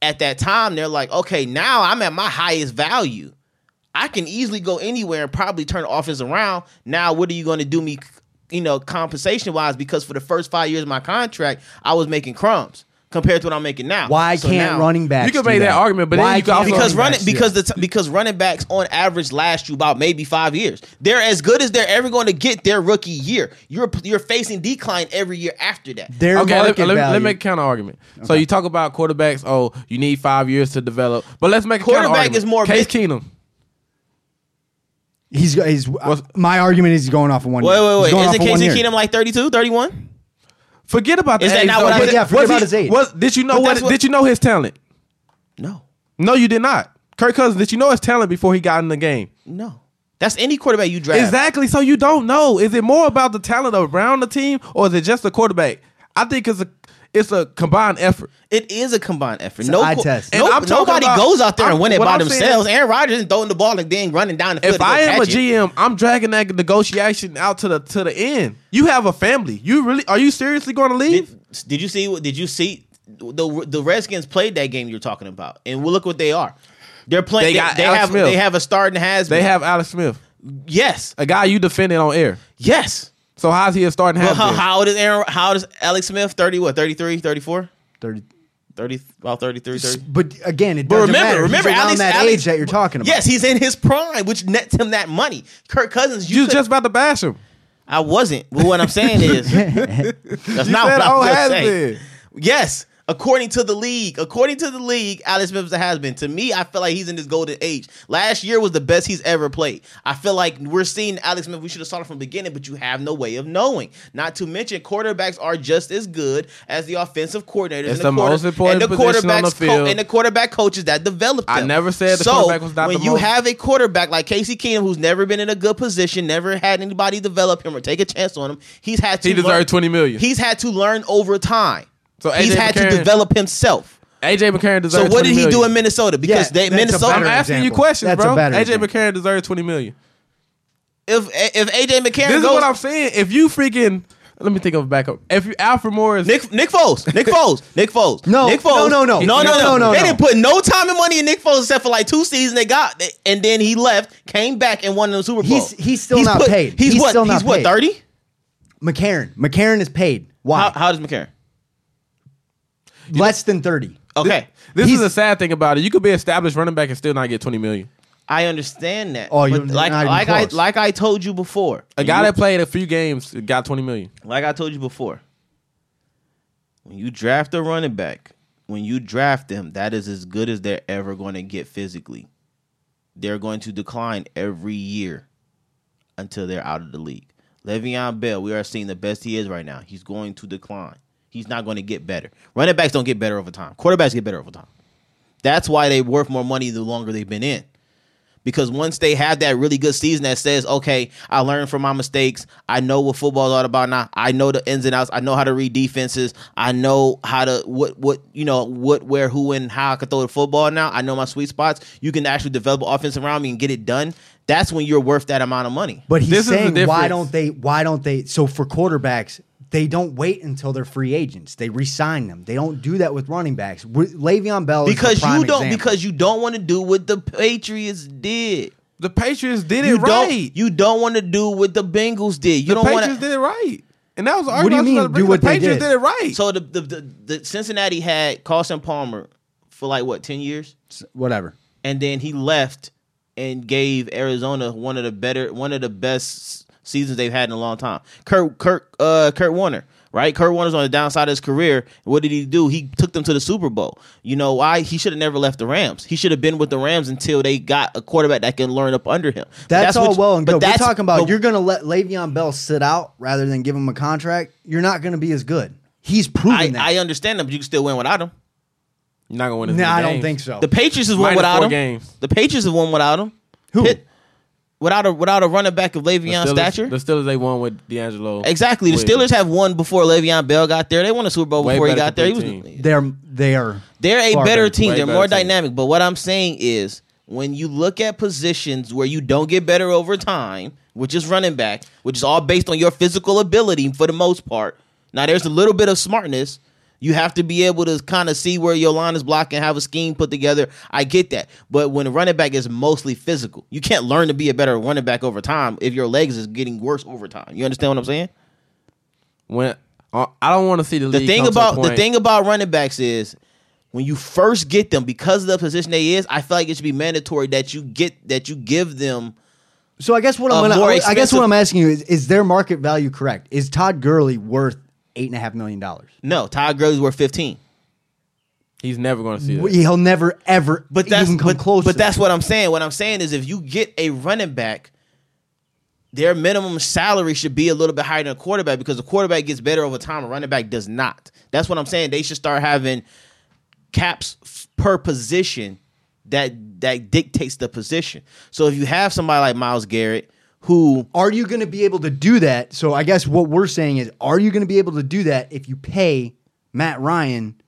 S3: At that time, they're like, okay, now I'm at my highest value. I can easily go anywhere and probably turn the offense around. Now, what are you going to do me, you know, compensation wise? Because for the first five years of my contract, I was making crumbs compared to what I'm making now.
S4: Why
S3: So
S4: can't
S3: now-
S4: running backs?
S2: You can
S4: do
S2: make that argument, but then you can
S4: can't
S2: also-
S3: because
S2: running
S3: running because the t- because running backs on average last you about maybe five years. They're as good as they're ever going to get their rookie year. You're you're facing decline every year after that.
S4: their
S2: okay, let,
S4: market
S2: let, me- let me
S4: value-
S2: make a counter argument. So you talk about quarterbacks. Oh, you need five years to develop. But let's make a
S3: Quarterback
S2: counter-argument.
S3: is more
S2: Case
S3: big-
S2: Keenum.
S4: He's, he's
S2: What's-
S4: my argument is he's going off of one.
S3: Wait,
S4: year. He's
S3: wait,
S4: going
S3: wait.
S4: off
S3: Isn't
S4: of one
S3: Casey
S4: year.
S3: Keenum like 32, 31?
S2: Forget about the
S3: Is that
S2: age,
S3: not
S2: though.
S3: what I
S2: Was
S3: said? Oh, Yeah, forget
S2: was
S4: about
S2: he-
S4: his age.
S2: Was, did you know
S3: But
S2: what,
S3: that's what-
S2: Did you know his talent?
S3: No.
S2: No, you did not. Kirk Cousins. Did you know his talent before he got in the game?
S3: No. That's any quarterback you draft.
S2: Exactly. So you don't know. Is it more about the talent around the team, or is it just the quarterback? I think it's a it's a combined effort.
S3: It is a combined effort.
S4: an
S3: no,
S4: eye
S3: co-
S4: test.
S3: no-
S2: And I'm talking
S3: nobody
S2: about-
S3: goes out there
S2: I'm-
S3: and win it
S2: what
S3: by
S2: I'm saying-
S3: themselves. Aaron Rodgers isn't throwing the ball and then running down the field.
S2: If
S3: to go
S2: I am a
S3: catch it.
S2: GM, I'm dragging that negotiation out to the to the end. You have a family. You really are you seriously going to leave?
S3: Did, did you see? Did you see? The the Redskins played that game you're talking about, and look what they are. They're playing.
S2: They
S3: They,
S2: got
S3: they
S2: Alex
S3: have
S2: Smith.
S3: they have a starting has.
S2: they have Alex Smith,
S3: yes,
S2: a guy you defended on air.
S3: yes.
S2: So how's he a starting
S3: Well,
S2: half?
S3: how, how old is Aaron? How old is Alex Smith? Thirty what? 33, 34?
S4: 30.
S3: 30, about 33, 30.
S4: But again, it
S3: But
S4: doesn't
S3: remember,
S4: matter. He's
S3: remember,
S4: around
S3: Alex-
S4: that
S3: Alex-
S4: age that you're talking about.
S3: Yes, he's in his prime, which nets him that money. Kirk Cousins,
S2: you
S3: you,
S2: was
S3: could-
S2: just about to bash him.
S3: I wasn't. But what I'm saying is, that's not
S2: said
S3: what
S2: old
S3: I'm
S2: has
S3: saying.
S2: been.
S3: Yes, according to the league, according to the league, Alex Smith is a has been. To me, I feel like he's in his golden age. Last year was the best he's ever played. I feel like we're seeing Alex Smith. We should have started from the beginning, but you have no way of knowing. Not to mention, quarterbacks are just as good as the offensive coordinators.
S2: It's
S3: and
S2: the
S3: quarter-
S2: most important
S3: and the
S2: position on the
S3: quarterbacks co-
S2: field.
S3: and the quarterback coaches that developed.
S2: I
S3: them.
S2: never said the
S3: so
S2: quarterback was not
S3: when
S2: the
S3: you
S2: most-
S3: have a quarterback like Casey Keenum, who's never been in a good position, never had anybody develop him or take a chance on him. He's had to
S2: He deserved 20 million.
S3: He's had to learn over time.
S2: So
S3: So
S2: AJ
S3: he's had
S2: McCarron-
S3: to develop himself.
S2: AJ McCarron
S3: So
S2: deserves.
S3: what did he do
S2: Minnesota?
S3: in Minnesota? Because
S4: Yeah,
S3: they
S4: that's a
S2: I'm
S4: better
S3: Minnesota.
S2: asking you
S4: example.
S2: questions,
S4: That's a
S2: bro.
S4: better
S2: AJ
S4: example.
S2: McCarron deserves 20 million.
S3: If if AJ McCarron
S2: This is
S3: goes,
S2: what I'm saying. If you freaking let me think of a backup. If you Alfred Morris,
S3: Nick Nick Foles, Nick Foles, Nick Foles,
S4: No,
S3: Nick Foles,
S4: no, no, no. No,
S3: no, no,
S4: no,
S3: no,
S4: no,
S3: They
S4: no.
S3: didn't put no time and money in Nick Foles except for like two seasons. They got, and then he left, came back, and won the Super Bowl.
S4: He's- he's still not
S3: put-
S4: paid.
S3: He's,
S4: He's
S3: what?
S4: still
S3: he's
S4: not
S3: what?
S4: paid.
S3: Thirty?
S4: McCarron. McCarron is paid. Why?
S3: How, how does McCarron?
S4: Less than thirty.
S3: Okay,
S2: this is
S4: he's-
S2: the sad thing about it. You could be established running back and still not get 20 million.
S3: I understand that.
S4: Oh,
S3: but
S4: you're
S3: like
S4: not even
S3: like I
S4: close.
S3: like I told you before.
S2: A guy that played a few games got 20 million.
S3: like I told you before, when you draft a running back, when you draft them, that is as good as they're ever going to get physically. They're going to decline every year until they're out of the league. Le'Veon Bell, we are seeing the best he is right now. He's going to decline. He's not going to get better. Running backs don't get better over time. Quarterbacks get better over time. That's why they're worth more money the longer they've been in. Because once they have that really good season that says, okay, I learned from my mistakes. I know what football's all about now. I know the ins and outs. I know how to read defenses. I know how to what what you know what where who and how I can throw the football now. I know my sweet spots. You can actually develop offense around me and get it done. That's when you're worth that amount of money.
S1: But he's
S2: This is the
S1: saying why
S2: difference.
S1: don't they? Why don't they? So for quarterbacks, they don't wait until they're free agents. They re-sign them. They don't do that with running backs. we Le'Veon Bell is the
S3: because
S1: prime
S3: you don't
S1: example.
S3: because you don't want to do what the Patriots did.
S2: The Patriots did it
S3: You
S2: right.
S3: don't you don't want to do what the Bengals did. You
S2: the
S3: don't
S2: Patriots
S3: want to.
S2: did it right. And that was the
S1: What do you
S2: argument I was
S1: mean,
S2: gonna bring.
S1: do what
S2: the
S1: they
S2: Patriots
S1: did?
S2: did. it right.
S3: So the, the the the Cincinnati had Carson Palmer for like what ten years,
S4: S- Whatever.
S3: and then he left and gave Arizona one of the better one of the best seasons they've had in a long time. Kurt Kurt uh Kurt Warner. Right, Kurt Warner's on the downside of his career. What did he do? He took them to the Super Bowl. You know why? He should have never left the Rams. He should have been with the Rams until they got a quarterback that can learn up under him. But
S1: That's, all
S3: what-
S1: well and
S3: but
S1: good. We're
S3: that's-
S1: talking about
S3: but-
S1: you're going to let Le'Veon Bell sit out rather than give him a contract. You're not going to be as good. He's proven
S3: I,
S1: that.
S3: I understand them, but you can still win without them.
S2: You're not gonna win. as
S1: no,
S2: many
S1: I don't
S2: games.
S1: think so.
S3: The Patriots has won
S2: Minus
S3: without
S2: four
S3: him.
S2: games.
S3: The Patriots have won without him.
S1: Who?
S3: Without a without a running back of
S2: The
S3: Le'Veon
S2: Steelers,
S3: stature.
S2: The Steelers they won with D'Angelo.
S3: exactly. The
S2: Wait.
S3: Steelers have won before Le'Veon Bell got there. They won a Super Bowl
S2: Way
S3: before he
S2: better
S3: got there. He was,
S2: complete team.
S1: they're they are
S3: they're a
S1: Far
S3: better
S1: better.
S3: team.
S2: Way
S3: they're
S2: better
S3: more
S2: team.
S3: dynamic. But what I'm saying is, when you look at positions where you don't get better over time, which is running back, which is all based on your physical ability for the most part. Now there's a little bit of smartness. You have to be able to kind of see where your line is blocking, have a scheme put together. I get that. But when a running back is mostly physical, you can't learn to be a better running back over time if your legs is getting worse over time. You understand what I'm saying?
S2: When I I don't want to see the league
S3: the thing
S2: come to a
S3: about the
S2: point-
S3: thing about running backs is when you first get them because of the position they is i feel like it should be mandatory that you get that you give them
S1: So I guess what
S3: a
S1: I'm
S3: Uh, more
S1: gonna, I guess
S3: expensive-
S1: what I'm asking you is is their market value correct? Is Todd Gurley worth eight and a half million dollars?
S3: no todd Gurley's worth 15
S2: he's never gonna see that.
S1: He'll never ever
S3: but that's
S1: even come
S3: but,
S1: close.
S3: but
S1: to
S3: that's
S1: that.
S3: what i'm saying what i'm saying is if you get a running back their minimum salary should be a little bit higher than a quarterback because the quarterback gets better over time a running back does not that's what i'm saying they should start having caps f- per position that that dictates the position so if you have somebody like miles garrett who
S1: are you going to be able to do that? So I guess what we're saying is, are you going to be able to do that if you pay Matt Ryan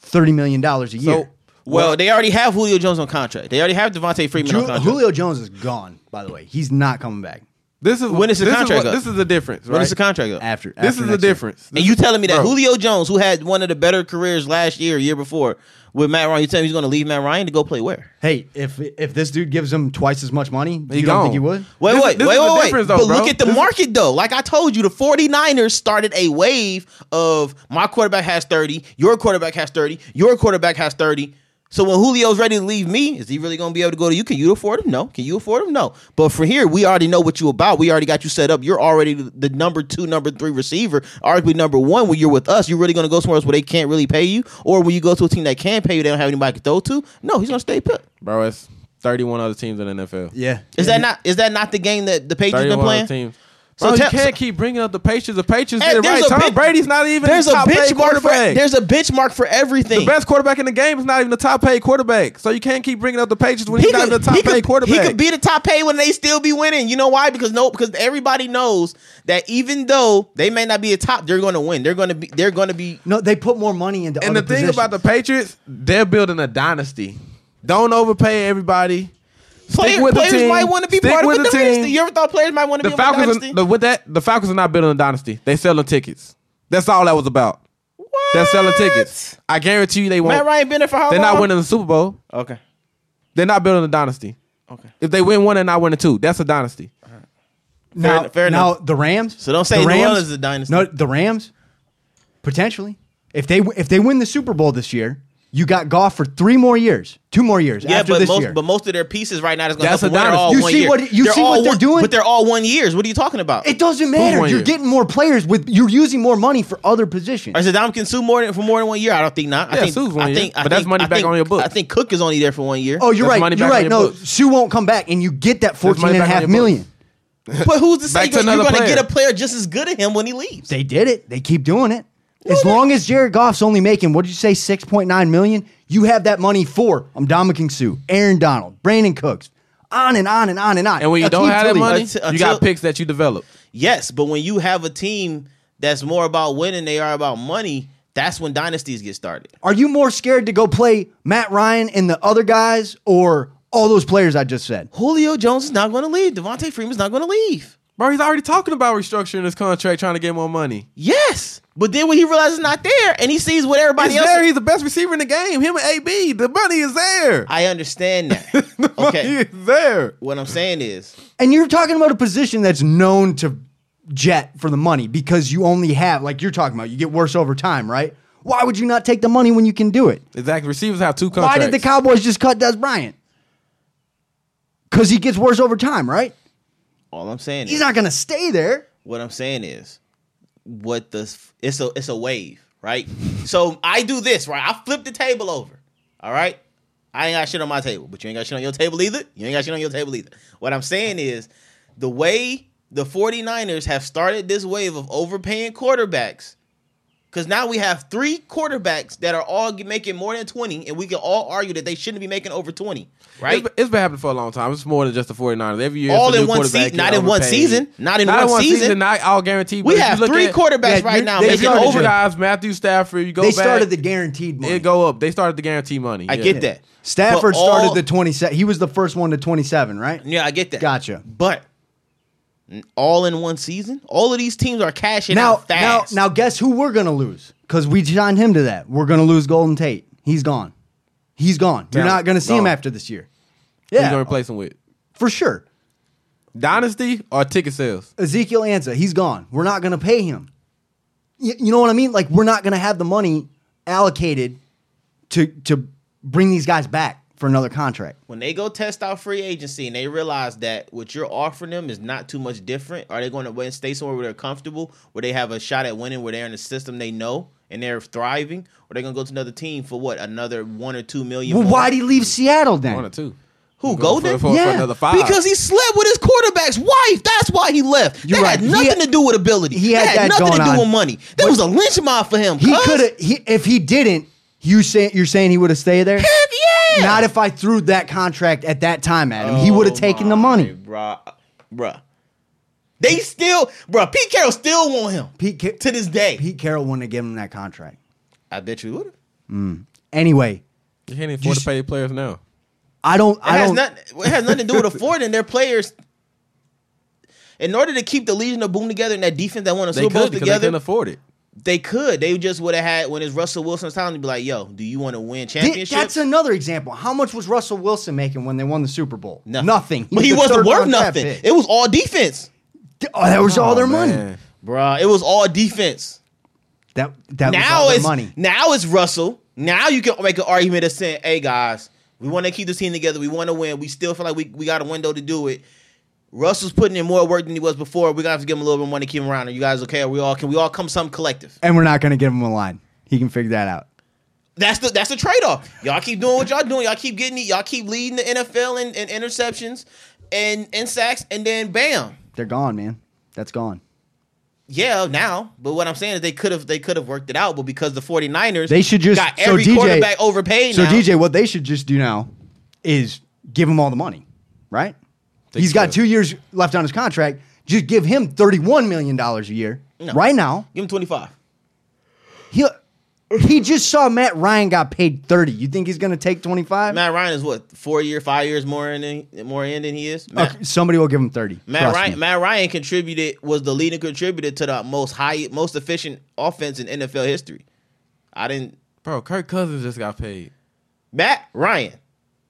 S1: thirty million dollars a
S2: So,
S1: year?
S3: Well, they already have Julio Jones on contract. They already have Devontae Freeman
S1: Ju-
S3: on contract.
S1: Julio Jones is gone. By the way, he's not coming back
S2: this is
S3: When is the
S2: this
S3: contract
S2: Is what,
S3: up?
S2: this is the difference, right?
S3: When is the contract up?
S1: after.
S2: This
S1: after
S2: is the
S1: next year.
S2: difference.
S3: And you telling me that
S2: Bro.
S3: Julio Jones, who had one of the better careers last year, year before, with Matt Ryan, you telling me he's going to leave Matt Ryan to go play where?
S1: Hey, if if this dude gives him twice as much money,
S2: He
S1: you don't
S2: gone.
S1: think he would?
S3: Wait,
S2: This-
S3: wait,
S2: this
S3: wait,
S2: is the
S3: wait, wait.
S2: difference, though,
S3: but
S2: bro.
S3: look at the
S2: This is-
S3: market, though. Like I told you, the 49ers started a wave of my quarterback has 30, your quarterback has 30, your quarterback has 30. So when Julio's ready to leave me, is he really going to be able to go to you? Can you afford him? No. Can you afford him? No. But for here, we already know what you about. We already got you set up. You're already the the number two, number three receiver, arguably number one. When you're with us, you're really going to go somewhere else where they can't really pay you, or when you go to a team that can pay you, they don't have anybody to throw to. No, he's going to stay put.
S2: bro, it's thirty-one other teams in the NFL.
S1: Yeah.
S3: Is that not is that not the game that the Patriots been
S2: thirty-one other
S3: playing?
S2: teams.
S3: So
S2: So bro,
S3: tell-
S2: you can't
S3: so-
S2: keep bringing up the Patriots. The Patriots
S3: Hey,
S2: did it
S3: there's
S2: right.
S3: a
S2: Tom
S3: ben-
S2: Brady's not even
S3: there's
S2: the top
S3: a
S2: paid
S3: benchmark for
S2: quarterback.
S3: there's a benchmark for everything.
S2: the best quarterback in the game is not even the top paid quarterback. So you can't keep bringing up the Patriots when he's not even the top
S3: he
S2: paid
S3: could-
S2: quarterback.
S3: He could be the top paid when they still be winning. You know why? Because no, because everybody knows that even though they may not be a top, they're going to win. They're going to be. They're going to be.
S1: No, they put more money into.
S2: and
S1: other
S2: the thing
S1: positions.
S2: about the Patriots, they're building a dynasty. Don't overpay everybody.
S3: Player,
S2: with the
S3: players
S2: team.
S3: might want to be
S2: Stick
S3: part
S2: with
S3: of the
S2: the
S3: dynasty.
S2: team.
S3: You ever thought players might want to
S2: The
S3: be part of a
S2: Falcons,
S3: dynasty?
S2: are, the, with that, the Falcons are not building a dynasty. They selling tickets. That's all that was about. They're selling tickets. I guarantee you, they won't.
S3: Matt Ryan been there for how
S2: They're
S3: long?
S2: not winning the Super Bowl.
S3: Okay.
S2: They're not building a dynasty.
S3: Okay.
S2: If they win one and not win the two, that's a dynasty.
S1: now,
S3: fair
S1: now
S3: enough.
S1: the Rams.
S3: So don't say
S1: the
S3: New
S1: Rams,
S3: Orleans is a dynasty.
S1: No, the Rams potentially. If they if they win the Super Bowl this year, you got Goff for three more years, two more years
S3: Yeah,
S1: after
S3: but
S1: this
S3: most
S1: year.
S3: but most of their pieces right now is going to
S2: That's
S3: help
S2: a
S3: them win. They're all
S1: dynasty. You
S3: one
S1: see
S3: year.
S1: what- you
S3: They're
S1: see what
S3: all
S1: they're
S3: one-
S1: doing?
S3: But they're all one years. What are you talking about?
S1: it doesn't matter.
S2: one
S1: You're
S2: year?
S1: getting more players with. You're using more money for other positions.
S3: Or Saddam can sue more than for more than one year. I don't think not. I
S2: Yeah,
S3: think,
S2: sues one
S3: I
S2: year.
S3: think, I
S2: But that's
S3: think-
S2: money
S3: I
S2: back
S3: think-
S2: on your books.
S3: I think Cook is only there for one year.
S1: oh, you're
S2: That's
S1: right.
S2: money
S1: You're
S2: back on
S1: right.
S2: your
S1: No,
S2: books.
S1: Sue won't come back, and you get that
S2: money
S1: 14 and a
S2: back on
S1: half
S2: your
S1: million.
S2: books.
S3: But who's to say
S2: Back to
S3: you're,
S2: another
S3: going to
S2: player.
S3: get a player just as good at him when he leaves?
S1: They did it. They keep doing it. As long as Jared Goff's only making, what did you say, six point nine million? You have that money for Dominican Sue, Aaron Donald, Brandon Cooks, on and on and on and on.
S2: And when you
S1: That's
S2: don't
S1: what I'm
S2: have that
S1: telling you.
S2: money,
S3: Until-
S2: you got
S3: until-
S2: picks that you develop.
S3: Yes, but when you have a team that's more about winning, they are about money. That's when dynasties get started.
S1: Are you more scared to go play Matt Ryan and the other guys or all those players I just said?
S3: Julio Jones is not going to leave. Devontae Freeman's not going to leave.
S2: Bro, he's already talking about restructuring his contract, trying to get more money.
S3: Yes, but then when he realizes it's not there, and he sees what everybody
S2: He's
S3: else.
S2: there. He's the best receiver in the game. Him and AB. The money is there.
S3: I understand that. okay,
S2: Money is there.
S3: what I'm saying is,
S1: And you're talking about a position that's known to jet for the money because you only have, like you're talking about, you get worse over time, right? Why would you not take the money when you can do it?
S2: Exactly. Receivers have two
S1: Why
S2: contracts.
S1: did the Cowboys just cut Des Bryant? Because he gets worse over time, right?
S3: all I'm saying
S1: He's
S3: is,
S1: not going to stay there.
S3: what I'm saying is, what the f- it's a it's a wave, right? So I do this, right? I flip the table over. All right, I ain't got shit on my table, but you ain't got shit on your table either. You ain't got shit on your table either. What I'm saying is, the way the 49ers have started this wave of overpaying quarterbacks. Because now we have three quarterbacks that are all g- making more than 20, and we can all argue that they shouldn't be making over 20, right?
S2: It's been, it's been happening for a long time. It's more than just the 49ers. Every year, it's a
S3: All in
S2: new
S3: one
S2: quarterback
S3: season-
S2: getting
S3: not in one
S2: overpaid.
S3: season. Not in one season.
S2: Not, I'll guarantee.
S3: We
S2: but if
S3: have
S2: you look
S3: three
S2: at-
S3: quarterbacks
S1: Yeah,
S3: right
S1: you're-
S3: now
S1: they
S2: They
S3: making
S1: started
S2: started
S3: over.
S1: it.
S2: guys, Matthew Stafford. You go
S1: they
S2: back.
S1: started the guaranteed money.
S2: It go up. They started the guaranteed money.
S3: I
S2: Yeah.
S3: get that.
S1: Stafford
S3: But all-
S1: started the 27. He was the first one to 27, right?
S3: Yeah, I get that.
S1: Gotcha.
S3: But n- all in one season, all of these teams are cashing
S1: now,
S3: out fast.
S1: now, now, guess who we're gonna lose? Because we signed him to that. We're gonna lose Golden Tate. He's gone. He's gone. You're
S2: Down.
S1: not gonna see him
S2: Gone.
S1: after this year.
S2: Who you
S1: Yeah,
S2: gonna replace him with?
S1: for sure.
S2: Dynasty or ticket sales?
S1: Ezekiel Ansa, he's gone. We're not gonna pay him. Y- you know what I mean? Like we're not gonna have the money allocated to to bring these guys back for another contract.
S3: when they go test out free agency and they realize that what you're offering them is not too much different, are they going to wait and stay somewhere where they're comfortable, where they have a shot at winning, where they're in a system they know and they're thriving, or they're going to go to another team for what another one or two million?
S1: Well,
S3: more?
S1: why'd he leave Seattle
S2: One or
S1: then?
S2: two.
S3: Who
S2: Go
S3: Golden?
S2: For, for, for
S1: Yeah,
S2: another five.
S3: Because he slept with his quarterback's wife. That's why he left.
S1: You're
S3: that
S1: right.
S3: had
S1: He
S3: nothing
S1: had-
S3: to do with ability.
S1: he had
S3: that
S1: that
S3: had nothing
S1: going
S3: to do
S1: on.
S3: with money. There was a lynch mob for him.
S1: He
S3: cuz.
S1: could have. He, if he didn't, you say you're saying he would have stayed there.
S3: Heck yeah.
S1: Not if I threw that contract at that time at him. he
S3: Oh
S1: would have taken the
S3: my,
S1: money.
S3: bruh. Bruh. They still, bruh, Pete Carroll still want him
S1: Pete, Car-
S3: to this day.
S1: Pete Carroll wouldn't have given him that contract.
S3: I bet you would have.
S1: Anyway,
S2: You can't even afford to
S1: sh-
S2: pay your players now.
S1: I don't.
S3: It
S1: I
S3: has,
S1: don't.
S3: not, it has nothing to do with affording their players. In order to keep the Legion of Boom together and that defense that won a
S2: They
S3: Super Bowl
S2: could because they couldn't
S3: together,
S2: afford it.
S3: they could. They just would have had, when it's Russell Wilson's time, to be like, yo, do you want to win
S1: Th-
S3: championships?
S1: that's another example. How much was Russell Wilson making when they won the Super Bowl?
S3: Nothing.
S1: was
S3: But he
S1: the
S3: wasn't
S1: third
S3: worth
S1: round draft
S3: nothing.
S1: pick.
S3: It was all defense.
S1: oh, that was all
S2: Oh,
S1: their money.
S2: man.
S3: Bruh, it was all defense.
S1: That that was
S3: Now
S1: all their
S3: it's
S1: money.
S3: now it's Russell. Now you can make an argument of saying, hey guys, we want to keep this team together. We want to win. We still feel like we, we got a window to do it. Russell's putting in more work than he was before. We're gonna have to give him a little bit of money to keep him around. Are you guys okay? Are we all can we all come some collective?
S1: And we're not going to give him a line. He can figure that out.
S3: That's the that's the trade off. Y'all keep doing what y'all doing. Y'all keep getting y'all keep leading the NFL in, in interceptions and and sacks, and then bam.
S1: They're gone, man. That's gone.
S3: Yeah, now. But what I'm saying is they could have they could have worked it out, but because the 49ers
S1: They should just-
S3: got
S1: so
S3: every
S1: DJ
S3: quarterback overpaid
S1: So
S3: now.
S1: DJ, what they should just do now is give him all the money, right?
S2: Take
S1: He's got
S2: the-
S1: two years left on his contract. Just give him thirty-one million dollars a year
S3: No.
S1: right now.
S3: give him 25.
S1: He he just saw Matt Ryan got paid thirty. You think he's going to take twenty-five?
S3: Matt Ryan is what four year, five years more in more in than he is. Matt,
S1: Okay, somebody will give him thirty.
S3: Matt
S1: Trust
S3: Ryan,
S1: me.
S3: Matt Ryan contributed was the leading contributor to the most high, most efficient offense in NFL history. I didn't.
S2: Bro, Kirk Cousins just got paid.
S3: Matt Ryan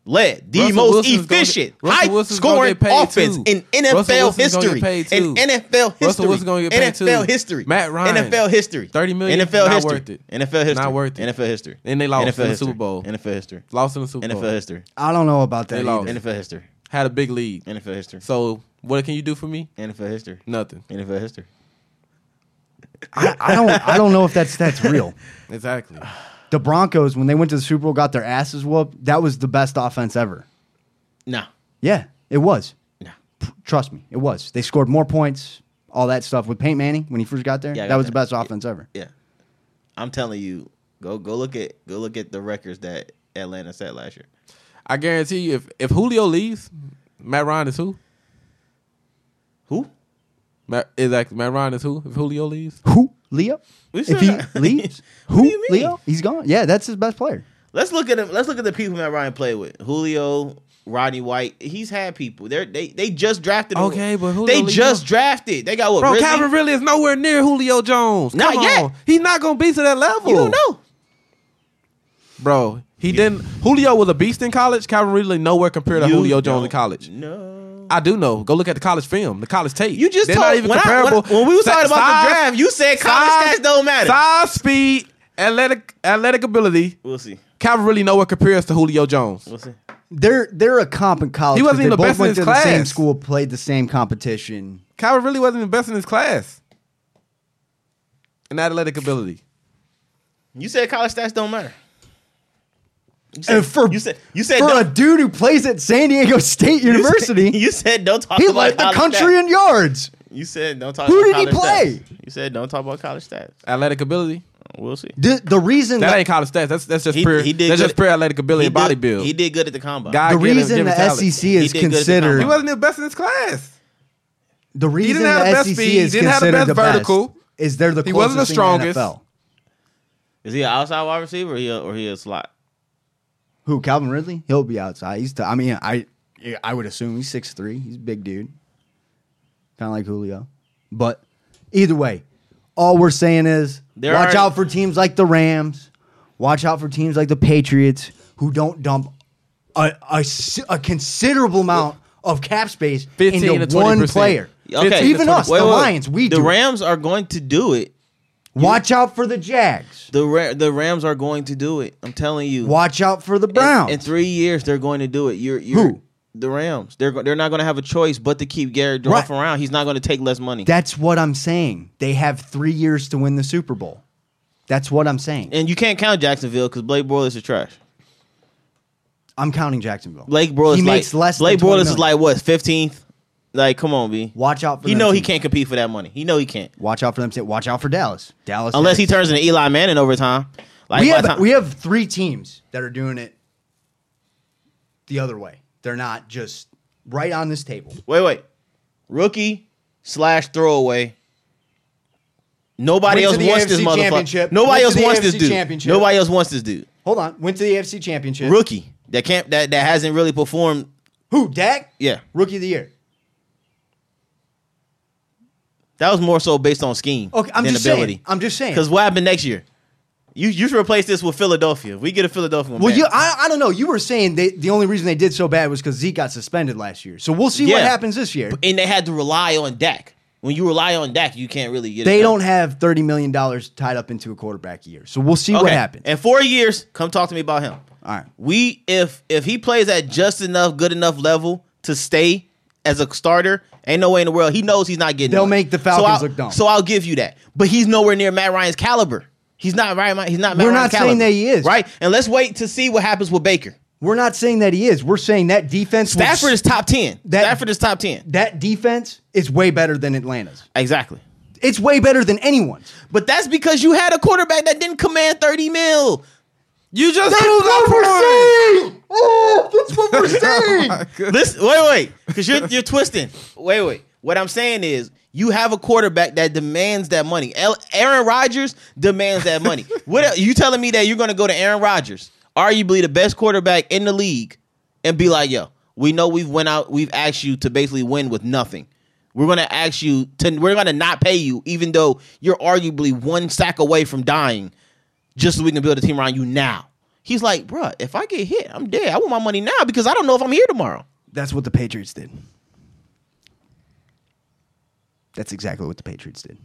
S3: led the
S2: Russell
S3: most
S2: Wilson's gonna
S3: efficient,
S2: get- Russell
S3: high
S2: Wilson's gonna
S3: scoring
S2: get paid
S3: offense
S2: too.
S3: in
S2: Russell
S3: NFL
S2: Wilson's gonna get
S3: history.
S2: paid
S3: In
S2: too.
S3: NFL history.
S2: Russell Wilson's gonna get paid too.
S3: NFL history.
S2: Matt Ryan.
S3: NFL history.
S2: 30 million,
S3: NFL
S2: not
S3: history.
S2: worth it.
S3: NFL history.
S2: Not worth it.
S3: NFL history.
S2: And they lost
S3: NFL
S2: in the
S3: history.
S2: Super Bowl.
S3: NFL history.
S2: Lost in the Super Bowl.
S3: NFL history.
S1: I don't know about that.
S2: They lost.
S1: either.
S3: NFL history.
S2: Had a big lead.
S3: NFL history.
S2: So what can you do for me?
S3: NFL history.
S2: Nothing.
S3: NFL history.
S1: I, I don't. I don't know if that's that's real.
S2: Exactly.
S1: The Broncos, when they went to the Super Bowl, got their asses whooped. That was the best offense ever.
S3: No.
S1: Yeah, it was.
S3: No.
S1: Trust me, it was. They scored more points, all that stuff with Peyton Manning when he first got there.
S3: Yeah, I
S1: that
S3: got
S1: was
S3: that.
S1: the best offense ever.
S3: Yeah. I'm telling you, go go look at go look at the records that Atlanta set last year.
S2: I guarantee you, if if Julio leaves, Matt Ryan is who?
S3: Who?
S2: Matt, exactly. Matt Ryan is who? If Julio leaves,
S4: Who? Leo?
S3: We
S4: if
S3: still
S4: he
S3: not-
S4: leaves,
S3: What
S4: who?
S3: do you mean?
S4: Leo? He's gone. Yeah, that's his best player.
S3: Let's look at him. Let's look at the people Matt Ryan played with: Julio, Rodney White. He's had people. They're, they they just drafted. him.
S2: Okay, but Julio
S3: they
S2: Lee-
S3: just drafted. They got what?
S2: bro,
S3: Ridley?
S2: Calvin really is nowhere near Julio Jones.
S3: Not
S2: Come
S3: yet.
S2: on. He's not gonna be to that level.
S3: You don't know.
S2: bro. He didn't. Julio was a beast in college. Calvin really nowhere compared to
S3: You
S2: Julio Jones
S3: don't
S2: in college.
S3: No.
S2: I do know. Go look at the college film, the college tape.
S3: You just
S2: They're
S3: told
S2: not even
S3: when, I- when-
S2: comparable.
S3: when we was
S2: Sa-
S3: talking about the
S2: size-
S3: draft, you said college
S2: size-
S3: stats don't matter.
S2: Size, speed, athletic, athletic ability.
S3: We'll see.
S2: Calvin really nowhere compares to Julio Jones.
S3: We'll see.
S1: They're they're a comp in college.
S2: He wasn't
S1: 'cause
S2: even
S1: they
S2: the
S1: both
S2: best in
S1: went to
S2: his
S1: The same
S2: class.
S1: school, played the same competition.
S2: Calvin really wasn't the best in his class in athletic ability.
S3: You said college stats don't matter. You said,
S1: And for
S3: you said you said
S1: for
S3: don't-
S1: a dude who plays at San Diego State
S3: you said-
S1: University,
S3: You said don't talk
S1: he
S3: about
S1: led the
S3: college
S1: country
S3: stats.
S1: in yards.
S3: You said don't talk.
S1: Who
S3: about
S1: did he
S3: college
S1: play?
S3: Stats. You said don't talk about college stats.
S2: Athletic ability.
S3: We'll see.
S1: The, the reason
S2: That
S1: that-
S2: ain't college stats. That's that's just
S3: He-
S2: pure.
S3: he did
S2: that's
S3: good-
S2: just pure athletic ability and body
S3: did,
S2: build.
S3: He did good at the combine.
S2: God
S1: the
S2: given-
S1: reason
S2: given
S1: the
S2: talent.
S1: SEC
S3: He
S1: is
S3: did good at the
S1: considered
S2: He wasn't the best in his class.
S1: the reason
S2: didn't have the
S1: the
S2: best
S1: SEC
S2: speed,
S1: is
S2: didn't have the
S1: considered
S2: best
S1: the best
S2: vertical.
S1: is they're the
S2: He
S1: closest
S2: wasn't
S1: thing
S2: the
S1: to
S2: strongest.
S1: NFL.
S3: Is he an outside wide receiver or he a, or he a slot?
S1: Who Calvin Ridley? He'll be outside. He's. T- I mean, I yeah, I would assume he's six three. He's a big dude, kind of like Julio. But either way, all we're saying is
S3: There
S1: watch
S3: are-
S1: out for teams like the Rams. Watch out for teams like the Patriots who don't dump a a s- a considerable amount of cap space
S2: 15
S1: into
S2: to
S1: one
S2: 20%.
S1: player.
S2: Okay. 15 to
S1: even us,
S2: 20.
S1: the
S2: Wait, wait, wait.
S1: Lions, we
S3: the
S1: do. it.
S3: Rams are going to do it.
S1: watch out for the Jags.
S3: The Ra- the Rams are going to do it. I'm telling you.
S1: Watch out for the
S3: In-
S1: Browns.
S3: In, three years, they're going to do it. You're, you're
S1: Who?
S3: The Rams. They're go- they're not going to have a choice but to keep Garrett Goff
S1: Right.
S3: around. He's not going to take less money.
S1: That's what I'm saying. They have three years to win the Super Bowl. That's what I'm saying.
S3: and you can't count Jacksonville because Blake Bortles is trash.
S1: I'm counting Jacksonville.
S3: Blake Bortles
S1: he
S3: like,
S1: makes less.
S3: Blake
S1: than 20
S3: Bortles is
S1: million.
S3: like what fifteenth. Like, come on, B.
S1: Watch out for.
S3: He
S1: them
S3: know he
S1: teams.
S3: can't compete for that money. He know he can't
S1: Watch out for them. Watch out for Dallas. Dallas.
S3: unless he
S1: has-
S3: turns into Eli Manning over time. Like
S1: we
S3: by
S1: have
S3: the time-
S1: we have three teams that are doing it the other way. They're not just right on this table.
S3: Wait, wait. Rookie slash throwaway. Nobody
S1: Went to
S3: else
S1: the
S3: wants
S1: AFC
S3: this motherfucker.
S1: championship.
S3: Nobody
S1: Went to
S3: else
S1: the
S3: wants this
S1: AFC
S3: dude.
S1: championship.
S3: Nobody else wants this dude.
S1: Hold on. Went to the AFC Championship.
S3: Rookie that can't that that hasn't really performed.
S1: Who? Dak.
S3: Yeah,
S1: Rookie of the year.
S3: that was more so based on scheme.
S1: Okay, I'm
S3: than
S1: just
S3: ability.
S1: saying. I'm just saying.
S3: Because what happened next year? You you should replace this with Philadelphia. We get a Philadelphia. One
S1: Well,
S3: back.
S1: you, I, I don't know. You were saying they, the only reason they did so bad was because Zeke got suspended last year. So we'll see what
S3: Yeah.
S1: happens this year.
S3: and they had to rely on Dak. When you rely on Dak, you can't really get. it
S1: They
S3: done.
S1: don't have thirty million dollars tied up into a quarterback year. So we'll see what
S3: Okay,
S1: happens.
S3: in four years? Come talk to me about him.
S1: All right.
S3: We if if he plays at just enough good enough level to stay as a starter, ain't no way in the world. He knows he's not getting.
S1: They'll
S3: one.
S1: make the
S3: So
S1: Falcons
S3: I'll-
S1: look dumb.
S3: So I'll give you that, but he's nowhere near Matt Ryan's caliber. He's not Ryan. He's not. Matt
S1: We're
S3: Ryan's
S1: not saying
S3: caliber,
S1: that he is.
S3: right. And let's wait to see what happens with Baker.
S1: We're not saying that he is. We're saying that defense. was-
S3: Stafford is top ten.
S1: That-
S3: Stafford is top ten.
S1: that defense is way better than Atlanta's.
S3: Exactly.
S1: It's way better than anyone's.
S3: But that's because you had a quarterback that didn't command thirty mil.
S2: You just
S1: That's
S2: proved
S1: what
S2: my
S1: we're
S2: point.
S1: saying. Oh, that's what we're saying.
S3: Listen, wait, wait, because you're you're twisting. Wait, wait. What I'm saying is, you have a quarterback that demands that money. El- Aaron Rodgers demands that money. what el- you telling me that you're going to go to Aaron Rodgers, arguably the best quarterback in the league, and be like, "Yo, we know we've went out, we've asked you to basically win with nothing. We're going to ask you to, we're going to not pay you, even though you're arguably one sack away from dying, just so we can build a team around you now." He's like, bruh, if I get hit, I'm dead. I want my money now because I don't know if I'm here tomorrow.
S1: That's what the Patriots did. That's exactly what the Patriots did.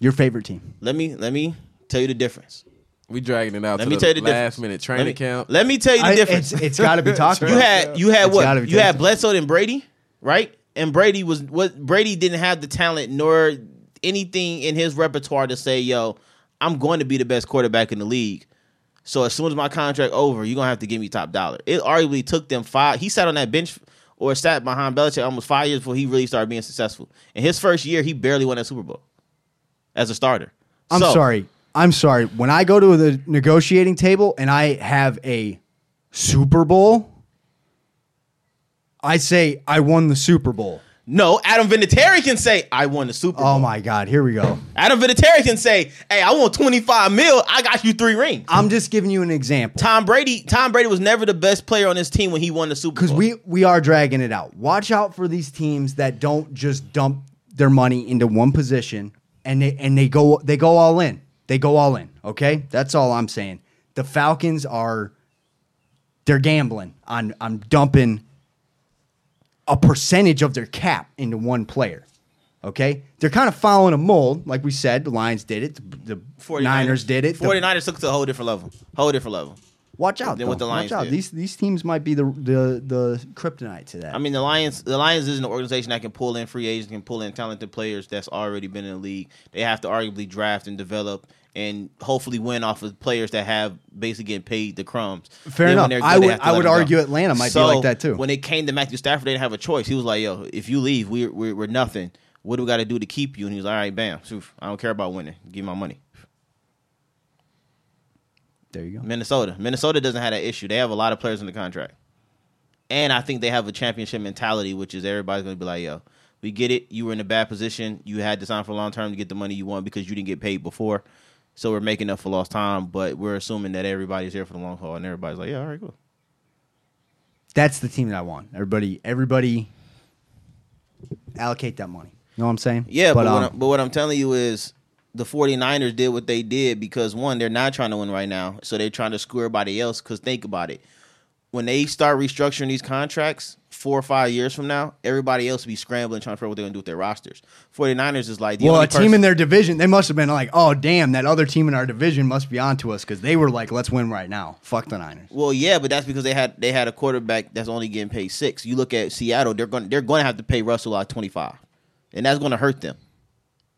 S1: Your favorite team.
S3: Let me let me tell you the difference.
S2: We dragging it out.
S3: Let
S2: to
S3: me
S2: the
S3: tell you the
S2: last
S3: difference.
S2: minute
S3: let me,
S2: training camp.
S3: Let me tell you the
S1: I-
S3: difference.
S1: it's- it's got to be talked about.
S3: you had you had
S1: It's gotta
S3: what
S1: be
S3: you had
S1: taken.
S3: Bledsoe and Brady, right? And Brady was what Brady didn't have the talent nor anything in his repertoire to say, "Yo, I'm going to be the best quarterback in the league." So as soon as my contract over, you're gonna have to give me top dollar. It arguably took them five. He sat on that bench or sat behind Belichick almost five years before he really started being successful. In his first year, he barely won a Super Bowl as a starter.
S1: I'm
S3: So-
S1: sorry. I'm sorry. When I go to the negotiating table and I have a Super Bowl, I say I won the Super Bowl.
S3: No, Adam Vinatieri can say, I won the Super Bowl.
S1: Oh my God, here we go.
S3: Adam Vinatieri can say, hey, I want 25 mil. I got you three rings.
S1: I'm just giving you an example
S3: Tom Brady, Tom Brady was never the best player on his team when he won the Super Bowl.
S1: because we we are dragging it out. Watch out for these teams that don't just dump their money into one position and they and they go they go all in. They go all in. Okay, that's all I'm saying. The Falcons are they're gambling on on dumping a percentage of their cap into one player. Okay, they're kind of following a mold, like we said. The Lions did it. The, the
S3: 49ers
S1: Niners did it. The
S3: 49ers took it to a whole different level. Whole different level.
S1: Watch out!
S3: than what
S1: though.
S3: the Lions
S1: Watch out.
S3: did.
S1: These these teams might be the the the kryptonite to that.
S3: I mean, the Lions. The Lions is an organization that can pull in free agents, can pull in talented players that's already been in the league. They have to arguably draft and develop, and hopefully win off of players that have basically getting paid the crumbs.
S1: Fair
S3: Then when
S1: enough.
S3: they're
S1: I
S3: good, they
S1: would-
S3: have to
S1: I
S3: let
S1: would
S3: them go.
S1: argue Atlanta might be
S3: So,
S1: like that, too.
S3: When it came to Matthew Stafford, they didn't have a choice. He was like, "Yo, if you leave, we're we're, we're nothing. What do we got to do to keep you?" And he was like, "All right, bam. Phew, I don't care about winning. Give me my money."
S1: there you go.
S3: Minnesota. Minnesota doesn't have that issue. They have a lot of players in the contract. And I think they have a championship mentality, which is everybody's going to be like, yo, we get it. You were in a bad position. You had to sign for long term to get the money you want because you didn't get paid before. So we're making up for lost time, but we're assuming that everybody's here for the long haul. And everybody's like, yeah, all right, cool.
S1: That's the team that I want. Everybody, everybody, allocate that money. You know what I'm saying?
S3: Yeah, but,
S1: um,
S3: what I'm, but what I'm telling you is the 49ers did what they did because, one, they're not trying to win right now. So they're trying to screw everybody else because think about it. when they start restructuring these contracts four or five years from now, everybody else will be scrambling trying to figure out what they're going to do with their rosters. 49ers is like, the
S1: well,
S3: only
S1: a team
S3: person-
S1: in their division, they must have been like, oh damn, that other team in our division must be on to us because they were like, let's win right now. Fuck the Niners.
S3: Well, yeah, but that's because they had they had a quarterback that's only getting paid six. You look at Seattle; they're going they're going to have to pay Russell out twenty five, and that's going to hurt them.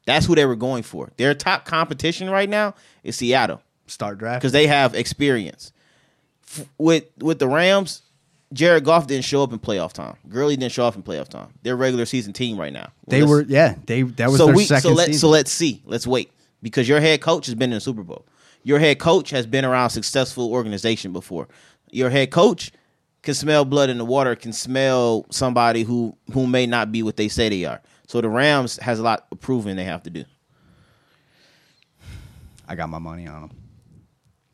S3: That's who they were going for. Their top competition right now is Seattle.
S1: Start draft.
S3: because they have experience. F- with with the Rams, Jared Goff didn't show up in playoff time. Gurley didn't show up in playoff time. They're regular season team right now.
S1: They
S3: Let's-
S1: were yeah. They that was
S3: so
S1: their
S3: we
S1: second
S3: so let
S1: season.
S3: so let's see. Let's wait because your head coach has been in the Super Bowl. Your head coach has been around successful organization before. Your head coach can smell blood in the water. Can smell somebody who who may not be what they say they are. So the Rams has a lot of proving they have to do.
S1: I got my money on them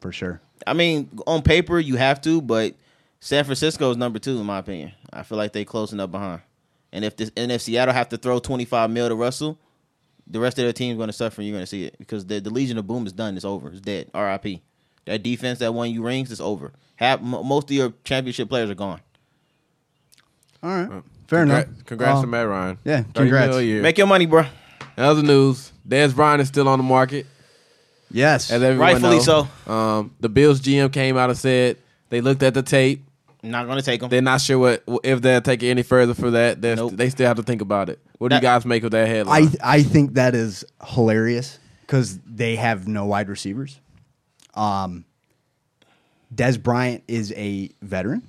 S1: for sure.
S3: I mean, on paper you have to, but San Francisco is number two in my opinion. I feel like they closing up behind. And if this and if Seattle have to throw twenty five mil to Russell, the rest of their team's going to suffer. and You're going to see it because the, the Legion of Boom is done. It's over. It's dead. R.I.P. That defense that won you rings is over. Half, mo most of your championship players are gone.
S1: All right, fair
S2: Congra-
S1: enough.
S2: Congrats
S1: Uh,
S2: to Matt Ryan.
S1: yeah,
S2: 30
S1: congrats.
S2: mil a year.
S3: Make your money, bro.
S2: In other news, Dez Bryant is still on the market.
S1: Yes,
S2: As everyone
S3: Rightfully
S2: know. Um, the Bills GM came out and said they looked at the tape.
S3: Not going to take them.
S2: They're not sure what if they'll take it any further for that. They're-
S3: Nope.
S2: They still have to think about it. What do you
S3: That-
S2: guys make of that headline?
S1: I I think that is hilarious because they have no wide receivers. Um, Des Bryant is a veteran.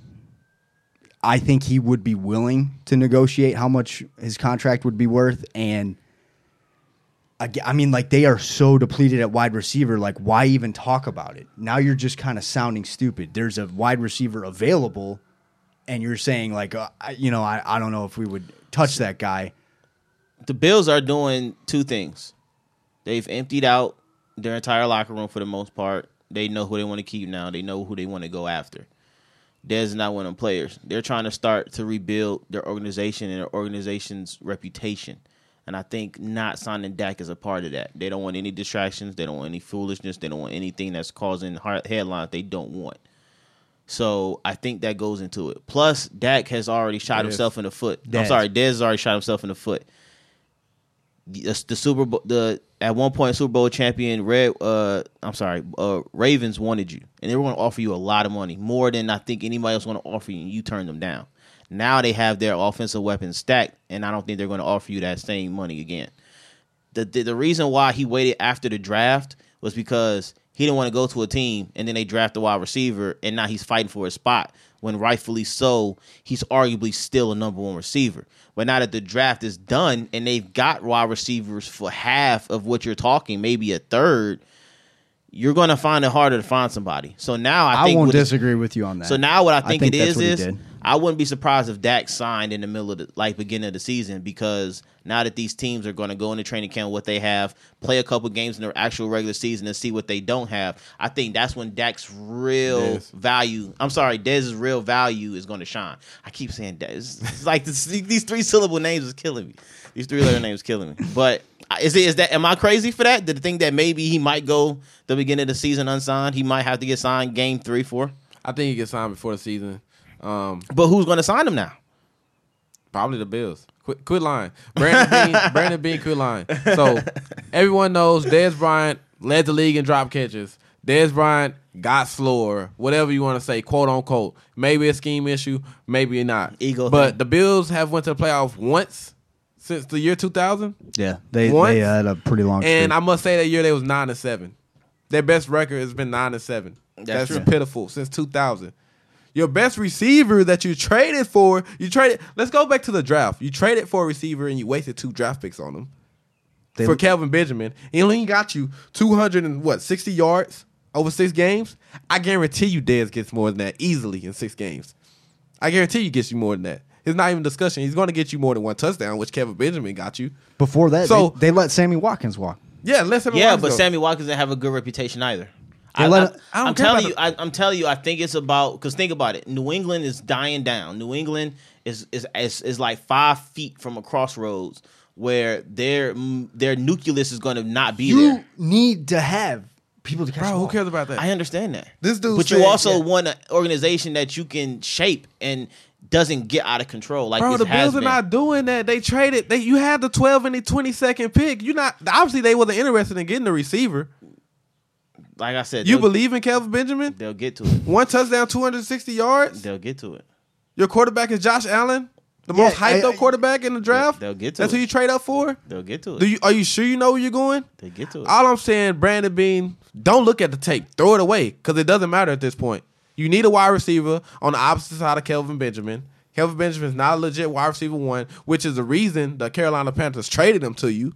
S1: I think he would be willing to negotiate how much his contract would be worth, and I, g- I mean, like they are so depleted at wide receiver. Like, why even talk about it? Now you're just kind of sounding stupid. There's a wide receiver available, and you're saying like, uh, I- you know, I, I don't know if we would touch that guy.
S3: the Bills are doing two things. They've emptied out their entire locker room for the most part. They know who they want to keep now. They know who they want to go after. Dez is not one of them players. They're trying to start to rebuild their organization and their organization's reputation. And I think not signing Dak is a part of that. They don't want any distractions. They don't want any foolishness. They don't want anything that's causing hard headlines they don't want. So I think that goes into it. Plus, Dak has already shot himself in the foot. I'm
S1: Dez.
S3: sorry, Dez has already shot himself in the foot the, the Super Bowl the at one point Super Bowl champion Red uh I'm sorry uh Ravens wanted you and they were going to offer you a lot of money more than I think anybody else going to offer you and you turned them down. Now they have their offensive weapons stacked and I don't think they're going to offer you that same money again. The, the the reason why he waited after the draft was because he didn't want to go to a team and then they draft a wide receiver and now he's fighting for a spot when rightfully so he's arguably still a number one receiver. But now that the draft is done and they've got wide receivers for half of what you're talking, maybe a third, you're gonna find it harder to find somebody. So now I,
S1: I
S3: think
S1: won't
S3: what it-
S1: disagree with you on that.
S3: So now what I think,
S1: think
S3: it
S1: that's
S3: is
S1: what he
S3: is
S1: did.
S3: I wouldn't be surprised if Dak signed in the middle of the like beginning of the season because now that these teams are going to go into training camp, what they have, play a couple games in their actual regular season and see what they don't have. I think that's when Dak's real
S2: Dez.
S3: value. I'm sorry, Dez's real value is going to shine. I keep saying Dez. It's, it's like this, these three syllable names is killing me. These three letter names killing me. But I- is it is that am I crazy for that? Did think that maybe he might go the beginning of the season unsigned? He might have to get signed game three, four.
S2: I think he gets signed before the season. Um,
S3: But who's going to sign him now?
S2: Probably the Bills. Quit, quit lying. Brandon Bean, Brandon Bean, quit lying. So everyone knows Des Bryant led the league in drop catches. Des Bryant got slower, whatever you want to say, quote unquote. Maybe a scheme issue, maybe not.
S3: Ego
S2: But
S3: thing.
S2: the Bills have went to the playoffs once since the year 2000,
S1: Yeah, they
S2: Once-
S1: they had a pretty long.
S2: and
S1: streak.
S2: I must say that year they was nine and seven. Their best record has been nine and seven. That's,
S3: That's true.
S2: pitiful since 2000. Your best receiver that you traded for, you traded. Let's go back to the draft. You traded for a receiver and you wasted two draft picks on him
S1: They-
S2: for Calvin Benjamin. He only got you 200 and what 60 yards over six games. I guarantee you, Dez gets more than that easily in six games. I guarantee you gets you more than that. It's not even discussion. He's going to get you more than one touchdown, which Kevin Benjamin got you.
S1: Before that,
S2: So-
S1: they, they let Sammy Watkins walk.
S2: Yeah, let's have a
S3: Yeah,
S2: watch
S3: but
S2: though.
S3: Sammy Watkins didn't have a good reputation either. I,
S1: They let him-
S2: I don't
S3: am
S2: care
S3: telling
S2: about
S3: you, I, I'm telling you, I think it's about because think about it. New England is dying down. New England is is is, is like five feet from a crossroads where their mm, their nucleus is going to not be
S1: You
S3: there.
S1: need to have people to catch. the
S2: Bro, who
S1: ball.
S2: cares about that?
S3: I understand that.
S2: This dude
S3: but
S2: said-
S3: you also
S2: yeah.
S3: want an organization that you can shape and doesn't get out of control. Like
S2: Bro,
S3: this
S2: the
S3: has
S2: Bills are
S3: been.
S2: not doing that. They traded. They you had the twelve and the twenty second pick. You not obviously they wasn't interested in getting the receiver.
S3: Like I said,
S2: You
S3: they'll-
S2: believe in Kelvin Benjamin?
S3: they'll get to it.
S2: One touchdown, two hundred sixty yards.
S3: They'll get to it.
S2: Your quarterback is Josh Allen, the
S1: Yeah,
S2: most hyped
S1: I-
S2: up
S1: I-
S2: quarterback in the draft.
S3: They'll get to
S2: That's
S3: it.
S2: who you trade up for.
S3: They'll get to it.
S2: Do you are you sure you know where you're going?
S3: they'll get to it.
S2: All I'm saying, Brandon Bean, don't look at the tape. Throw it away because it doesn't matter at this point. You need a wide receiver on the opposite side of Kelvin Benjamin. Kelvin Benjamin's not a legit wide receiver one, which is the reason the Carolina Panthers traded him to you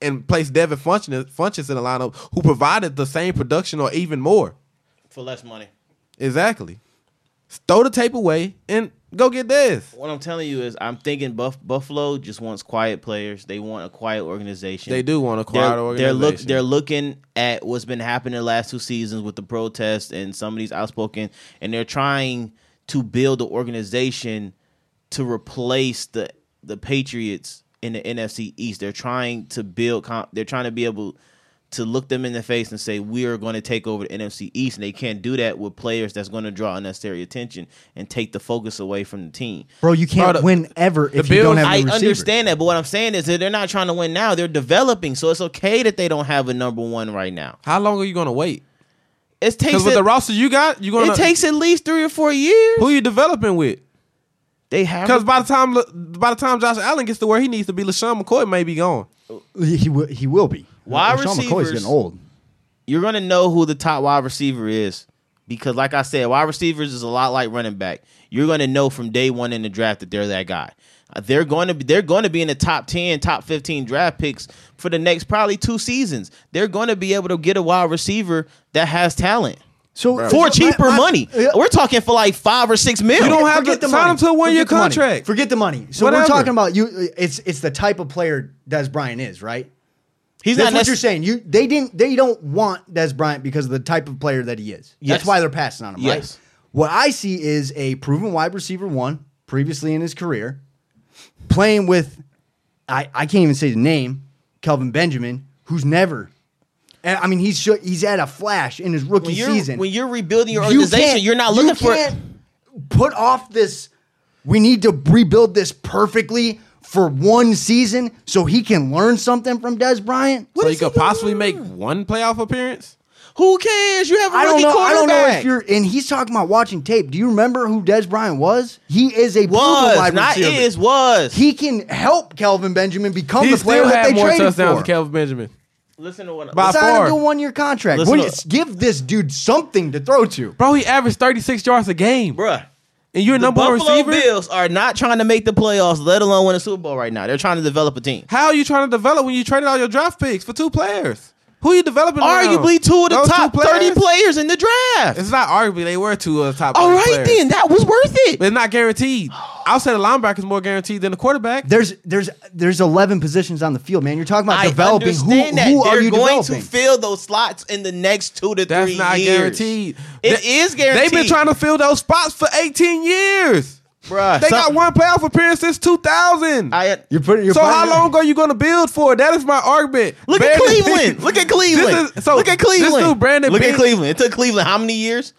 S2: and placed Devin Funches Funches in the lineup, who provided the same production or even more.
S3: for less money.
S2: Exactly. Throw the tape away and go get this.
S3: What I'm telling you is, I'm thinking Buff- Buffalo just wants quiet players. They want a quiet organization.
S2: They do want a quiet
S3: They're,
S2: organization.
S3: look, they're looking at what's been happening the last two seasons with the protests and some of these outspoken, and they're trying to build an organization to replace the the Patriots in the NFC East. They're trying to build. com- They're trying to be able to look them in the face and say we are going to take over the NFC East, and they can't do that with players that's going to draw unnecessary attention and take the focus away from the team.
S1: Bro, you can't
S2: Bro, the-
S1: win ever if you
S2: Bills-
S1: don't have
S3: I
S1: a receiver.
S3: understand that, but what I'm saying is that they're not trying to win now. They're developing, so it's okay that they don't have a number one right now.
S2: How long are you gonna wait?
S3: It takes
S2: Because with
S3: at-
S2: the roster you got, you're gonna
S3: it takes at least three or four years.
S2: who you developing with.
S3: They have
S2: Because by the time by the time Josh Allen gets to where he needs to be, LaShawn McCoy may be gone.
S1: He, he will, he will be.
S3: Wide
S1: Sean McCoy's
S3: receivers-
S1: getting old.
S3: you're gonna know who the top wide receiver is because, like I said, wide receivers is a lot like running back. You're gonna know from day one in the draft that they're that guy. Uh, They're going to be they're going to be in the top ten, top fifteen draft picks for the next probably two seasons. They're going to be able to get a wide receiver that has talent
S1: So
S3: for
S1: so
S3: cheaper
S1: my- my-
S3: money.
S1: Yeah.
S3: We're talking for like five or six mil.
S2: You don't have
S1: Forget
S2: to
S1: the
S2: sign
S1: money.
S2: him to a one year
S1: Forget the money.
S2: contract.
S1: Forget the money. So
S2: Whatever.
S1: we're talking about you. It's it's the type of player Des Bryant is, right?
S3: He's
S1: That's
S3: not
S1: what you're
S3: necess-
S1: saying. You they didn't they don't want Des Bryant because of the type of player that he is.
S3: Yes.
S1: That's why they're passing on him, right?
S3: Yes.
S1: What I see is a proven wide receiver one previously in his career, playing with I, I can't even say the name, Kelvin Benjamin, who's never and, I mean he's sho- he's at a flash in his rookie
S3: When you're,
S1: season.
S3: when you're rebuilding your
S1: You
S3: organization,
S1: can't-
S3: you are not
S1: you
S3: looking for
S1: can't put off this. We need to rebuild this perfectly for one season so he can learn something from Des Bryant.
S2: so
S1: is
S2: you could possibly make one playoff appearance.
S3: who cares. You have a
S1: I don't
S3: rookie
S1: know. I don't know
S3: quarterback.
S1: if you're. And he's talking about watching tape. Do you remember who Des Bryant was? He is a proven
S3: was
S1: wide
S3: not
S1: receiver.
S3: is was
S1: He can help Kelvin Benjamin become
S2: He
S1: the player
S2: still
S1: that
S2: had
S1: they
S2: more
S1: traded
S2: touchdowns
S1: for.
S2: than Kelvin Benjamin.
S3: Listen to what
S2: By
S1: Sign him
S2: far.
S1: to a one-year contract.
S3: Listen
S1: What-
S3: to-
S1: give this dude something to throw to.
S2: Bro, he averaged 36 yards a game.
S3: bruh.
S2: and you're a
S3: The
S2: number one
S3: Buffalo
S2: receiver.
S3: Bills are not trying to make the playoffs, let alone win a Super Bowl right now. They're trying to develop a team.
S2: How are you trying to develop when you traded all your draft picks for two players? Who you developing? around?
S3: Arguably two of the
S2: Those two
S3: top thirty
S2: players?
S3: players in the draft.
S2: It's not arguably they were two of the top.
S3: All
S2: thirty
S3: right
S2: players.
S3: then, that was worth
S2: But
S3: it.
S2: it's not guaranteed. Outside of linebacker is more guaranteed than the quarterback.
S1: There's there's there's 11 positions on the field, man. You're talking about
S3: I
S1: developing. Who,
S3: understand that
S1: who
S3: they're
S1: are you
S3: going
S1: developing?
S3: to fill those slots in the next two to
S2: That's
S3: three
S2: not
S3: years.
S2: guaranteed.
S3: It
S2: They-
S3: is
S2: They've
S3: guaranteed.
S2: been trying to fill those spots for 18 years.
S3: Bruh,
S2: They
S3: some-
S2: got one playoff appearance since 2000.
S3: Uh, I,
S1: you're putting. You're
S2: so
S1: putting
S2: how long are you going to build for? That is my argument.
S3: look at
S2: Brandon-
S3: Cleveland. Look at Cleveland.
S2: This is- so
S3: look at
S2: this
S3: Cleveland.
S2: dude, Brandon
S3: look
S2: Bean-
S3: at Cleveland. It took Cleveland how many years?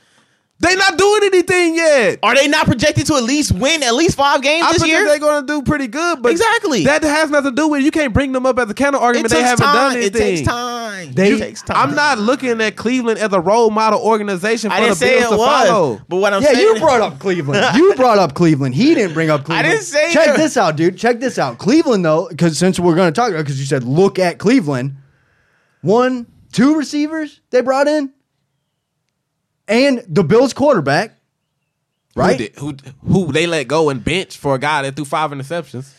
S2: They not doing anything yet.
S3: Are they not projected to at least win at least five games
S2: I
S3: this
S2: think
S3: year?
S2: they're going to do pretty good, but
S3: Exactly.
S2: that has nothing to do with it. You can't bring them up as a counter
S3: it
S2: argument. They
S3: takes
S2: haven't done
S3: time. It
S2: anything.
S3: takes time.
S1: They-
S3: it takes time.
S2: I'm not looking at Cleveland as a role model organization for
S3: I didn't
S2: the
S3: say
S2: Bills
S3: it
S2: to
S3: was,
S2: follow.
S3: but what I'm
S1: Yeah,
S3: saying,
S1: you brought up Cleveland. You brought up Cleveland. He didn't bring up Cleveland.
S3: didn't say
S1: Check
S3: that.
S1: this out, dude. Check this out. Cleveland, though, because since we're going to talk about, because you said look at Cleveland, one, two receivers they brought in, and the Bills quarterback,
S2: Who,
S1: right?
S2: did, who who they let go and bench for a guy that threw five interceptions?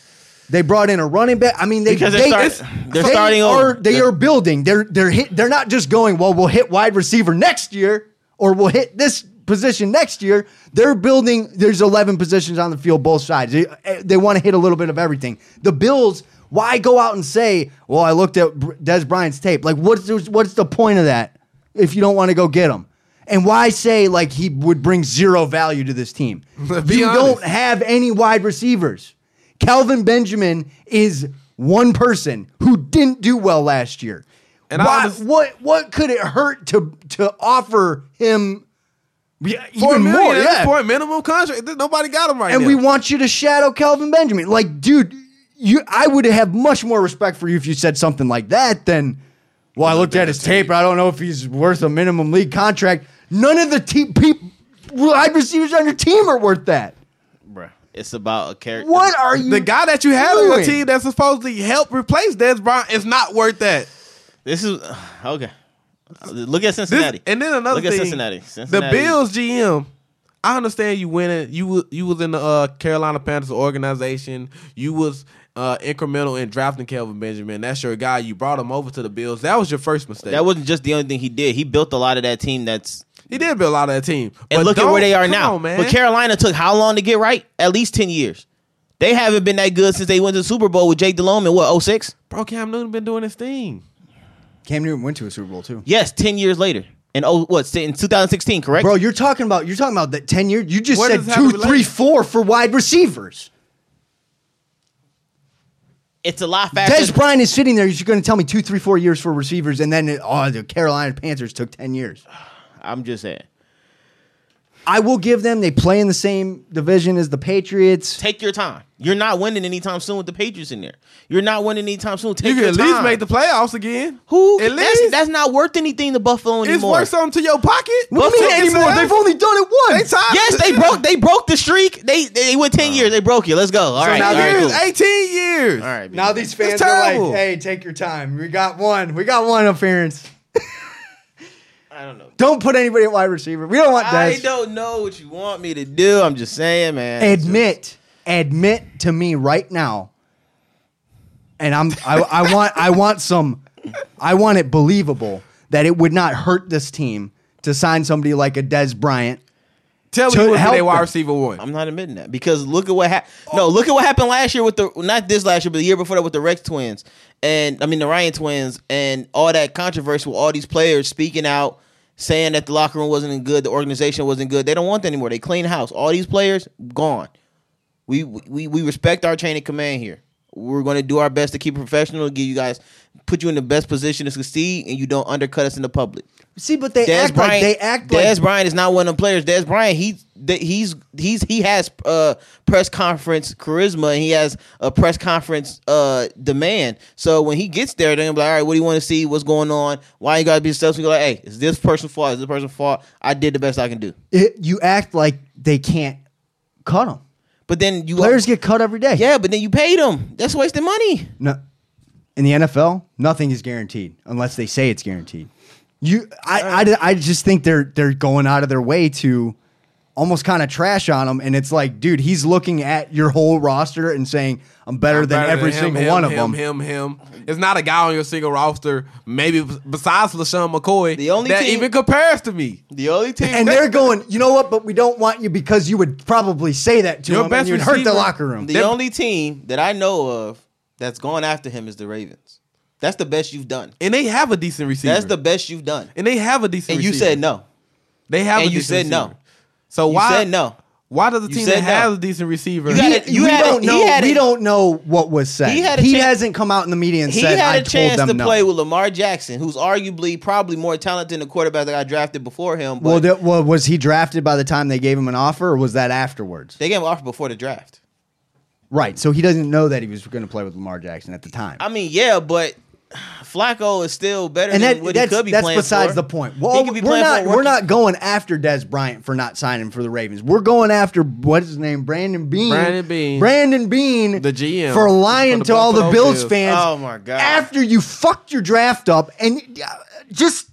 S1: They brought in a running back. I mean, they
S3: Because they're
S1: they,
S3: start- they're starting
S1: are
S3: over.
S1: they
S3: They're-
S1: are building. They're they're hit. They're not just going. Well, we'll hit wide receiver next year, or we'll hit this position next year. They're building. There's 11 positions on the field, both sides. They, they want to hit a little bit of everything. The Bills. Why go out and say? Well, I looked at Br- Des Bryant's tape. Like, what's what's the point of that if you don't want to go get him? And why say like he would bring zero value to this team?
S2: Be
S1: you
S2: honest.
S1: don't have any wide receivers. Calvin Benjamin is one person who didn't do well last year. And
S2: And I
S1: Why,
S2: underst-
S1: what what could it hurt to to offer him yeah,
S2: Four
S1: even
S2: million
S1: more?
S2: at this
S1: Yeah.
S2: point, minimum contract. Th- Nobody got him right
S1: And
S2: now.
S1: we want you to shadow Calvin Benjamin. Like, dude, you I would have much more respect for you if you said something like that than well, I looked at his tape. I don't know if he's worth a minimum league contract. None of the te- peop wide receivers on your team are worth that.
S3: Bruh, it's about a character.
S1: What are you?
S2: the guy that you have on your
S1: doing?
S2: team that's supposedly help replace Des Bryant is not worth that.
S3: This is okay. Look
S2: This-
S3: at Cincinnati.
S2: and then another
S3: Look
S2: thing,
S3: at Cincinnati. Cincinnati.
S2: The Bills GM. I understand you winning. You wa- you was in the uh, Carolina Panthers organization. You was uh, incremental in drafting Kelvin Benjamin. That's your guy. You brought him over to the Bills. That was your first mistake.
S3: That wasn't just the only thing he did. He built a lot of that team. That's
S2: he did build a lot of that team.
S3: and
S2: But
S3: look at
S2: don't-
S3: where they are
S2: come
S3: now.
S2: on, man.
S3: But Carolina took how long to get right? At least ten years. They haven't been that good since they went to the Super Bowl with Jake Delhomme in what 06?
S2: Bro, Cam Newton been doing his thing.
S1: Cam Newton went to a Super Bowl too.
S3: Yes, ten years later. And oh, what in 2016? Correct.
S1: Bro, you're talking about you're talking about that ten year. You just
S2: What does
S1: said
S2: that
S1: two,
S2: relate-
S1: three, four for wide receivers.
S3: it's a lot faster.
S1: Des Bryant is sitting there. You're going to tell me two, three, four years for receivers, and then oh, the Carolina Panthers took ten years.
S3: I'm just saying.
S1: I will give them. They play in the same division as the Patriots.
S3: Take your time. You're not winning anytime soon with the Patriots in there. You're not winning anytime soon. Take
S2: You can
S3: your
S2: at
S3: time.
S2: least make the playoffs again.
S3: Who?
S2: At
S3: that's,
S2: least
S3: that's not worth anything to Buffalo
S2: it's
S3: anymore.
S2: worth something to your pocket.
S1: What do you mean anymore? They've only done it
S2: They
S1: once.
S2: tied.
S3: Yes, they broke. They broke the streak. They they went ten years. They broke it. Let's go. All right.
S1: now
S3: all
S2: Nine
S3: right.
S2: years,
S3: Cool.
S2: eighteen years.
S3: All right.
S1: now these fans
S2: It's
S1: are
S2: terrible.
S1: like, "Hey, take your time. We got one. We got one appearance.
S3: I don't know.
S1: Don't put anybody at wide receiver. We don't want
S3: I
S1: Des.
S3: don't know what you want me to do. I'm just saying, man.
S1: admit admit to me right now and i'm I, I want i want some i want it believable that it would not hurt this team to sign somebody like a des bryant
S2: Tell me
S1: To
S2: who was
S1: help
S2: their wide
S1: them.
S2: receiver one.
S3: I'm not admitting that because look at what happened. No, look at what happened last year with the not this last year, but the year before that with the Rex twins and I mean the Ryan twins and all that controversy with all these players speaking out, saying that the locker room wasn't good, the organization wasn't good. They don't want that anymore. They clean house. All these players gone. We we we respect our chain of command here. We're going to do our best to keep it professional, give you guys, put you in the best position to succeed, and you don't undercut us in the public.
S1: see but they
S3: Des
S1: act
S3: Bryant,
S1: like they act
S3: Des
S1: like
S3: Bryant is not one of them players. Des Bryant, he th- he's he's he has uh, press conference charisma. And he has a press conference uh, demand. So when he gets there, they're gonna be like, all right, what do you want to see? What's going on? Why you gotta be successful? You're like, hey, is this person's fault? Is this person's fault? I did the best I can do.
S1: it- you act like they can't cut them
S3: But then you
S1: players get cut every day
S3: yeah, but then you paid him. That's wasting money.
S1: no in the nfl nothing is guaranteed unless they say it's guaranteed you I, I, I just think they're they're going out of their way to almost kind of trash on him. And it's like, dude, he's looking at your whole roster and saying, I'm better than
S2: Better
S1: every
S2: him,
S1: single
S2: him,
S1: one of
S2: him,
S1: them.
S2: Him, him, It's not a guy on your single roster, maybe b- besides LaShawn McCoy,
S3: The only
S2: that
S3: team-
S2: even compares to me.
S3: The only team
S1: And they're going, you know what? But we don't want you because you would probably say that to
S2: Your
S1: him
S2: best
S1: and you'd hurt the
S2: receiver-
S1: locker room.
S3: The
S2: Them-
S3: only team that I know of that's going after him is the Ravens. That's the best you've done.
S2: And they have a decent receiver.
S3: That's the best you've done.
S2: and they have a decent
S3: And you
S2: receiver.
S3: said no.
S2: They have
S3: and
S2: a
S3: you
S2: decent
S3: said no.
S2: receiver. So
S3: You
S2: why
S3: said no.
S2: Why does a
S3: You
S2: team that
S3: said no.
S2: has a decent receiver?
S3: You gotta-
S1: we
S3: had a-
S1: don't
S3: he
S1: know.
S3: had a-
S1: we don't know what was said.
S3: He
S1: He,
S3: had a chan-
S1: hasn't come out in the media and
S3: He
S1: said, "I
S3: had a chance
S1: told
S3: to
S1: them no."
S3: play with Lamar Jackson, who's arguably probably more talented than the quarterback that got drafted before him. But
S1: well, that, well, was he drafted by the time they gave him an offer, or was that afterwards?
S3: they gave him an offer before the draft.
S1: Right. So he doesn't know that he was going to play with Lamar Jackson at the time.
S3: I mean, yeah, but Flacco is still better
S1: and
S3: than
S1: that,
S3: what
S1: that's,
S3: he could be
S1: that's
S3: playing
S1: besides
S3: for.
S1: the point. Well,
S3: he could be
S1: we're
S3: playing
S1: not
S3: for a
S1: we're
S3: rookie.
S1: not going after Des Bryant for not signing for the Ravens. We're going after what's his name, Brandon Bean.
S2: Brandon Bean.
S1: Brandon Bean,
S2: The GM
S1: for lying
S2: for the
S1: to all the
S2: Buffalo
S1: Bills
S2: Bills.
S1: fans.
S3: Oh, my God.
S1: After you fucked your draft up and uh, just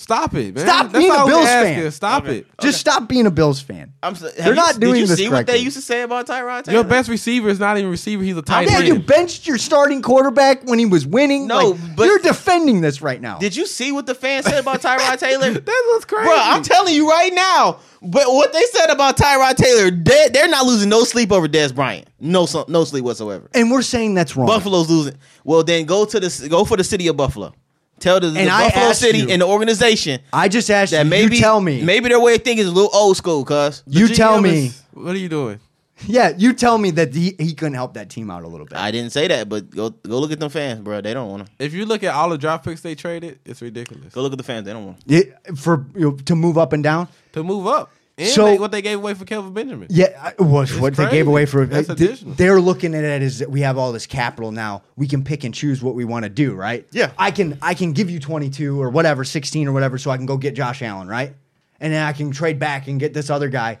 S2: Stop it, man.
S1: Stop being a
S2: all we
S1: Bills
S2: ask
S1: fan.
S2: is Stop
S3: Okay.
S2: it.
S1: just stop being a Bills fan.
S3: I'm so, have
S1: They're
S3: you-
S1: not
S3: Did
S1: doing
S3: you
S1: this
S3: see what they
S1: correctly.
S3: used to say about Tyrod Taylor?
S2: Your best receiver is not even a receiver. He's a tight
S1: Yeah,
S2: end.
S1: you benched your starting quarterback when he was winning.
S3: No,
S1: Like,
S3: but-
S1: you're defending this right now.
S3: Did you see what the fans said about Tyrod Taylor?
S2: that looks crazy.
S3: Bro, I'm telling you right now. But what they said about Tyrod Taylor, they, they're not losing no sleep over Des Bryant. No, so- no sleep whatsoever.
S1: and we're saying that's wrong.
S3: Buffalo's losing. Well, then go to the go for the city of Buffalo. Tell the, the
S1: And I
S3: Buffalo
S1: asked
S3: city
S1: you-
S3: and the organization
S1: I just asked
S3: that
S1: you.
S3: maybe
S1: you tell me.
S3: maybe their way of thinking is a little old school. Cuz
S2: The
S1: you tell
S2: GM
S1: me.
S2: is- what are you doing?
S1: yeah, you tell me that he, he couldn't help that team out a little bit.
S3: I didn't say that, but go go look at them fans, bro. They don't want them.
S2: If you look at all the draft picks they traded, it's ridiculous
S3: Go look at the fans. They don't want them.
S1: It- for you know, to move up and down.
S2: to move up. And
S1: So-
S2: they- what they gave away for Kelvin Benjamin.
S1: Yeah, I- what, what they
S2: crazy.
S1: gave away for
S2: That's
S1: uh, th-
S2: additional.
S1: they're looking at it as that we have all this capital now. We can pick and choose what we want to do, right?
S3: Yeah.
S1: I can I can give you 22 or whatever, 16 or whatever so I can go get Josh Allen, right? And then I can trade back and get this other guy.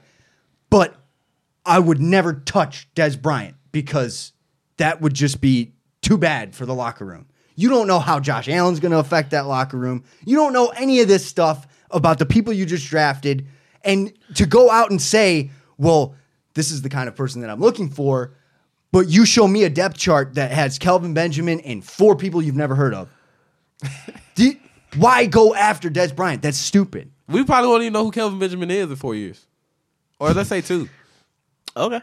S1: But I would never touch Des Bryant because that would just be too bad for the locker room. You don't know how Josh Allen's going to affect that locker room. You don't know any of this stuff about the people you just drafted. And to go out and say, well, this is the kind of person that I'm looking for, but you show me a depth chart that has Kelvin Benjamin and four people you've never heard of. Did, why go after Des Bryant? That's stupid.
S2: We probably won't even know who Kelvin Benjamin is in four years, or let's say two.
S3: Okay.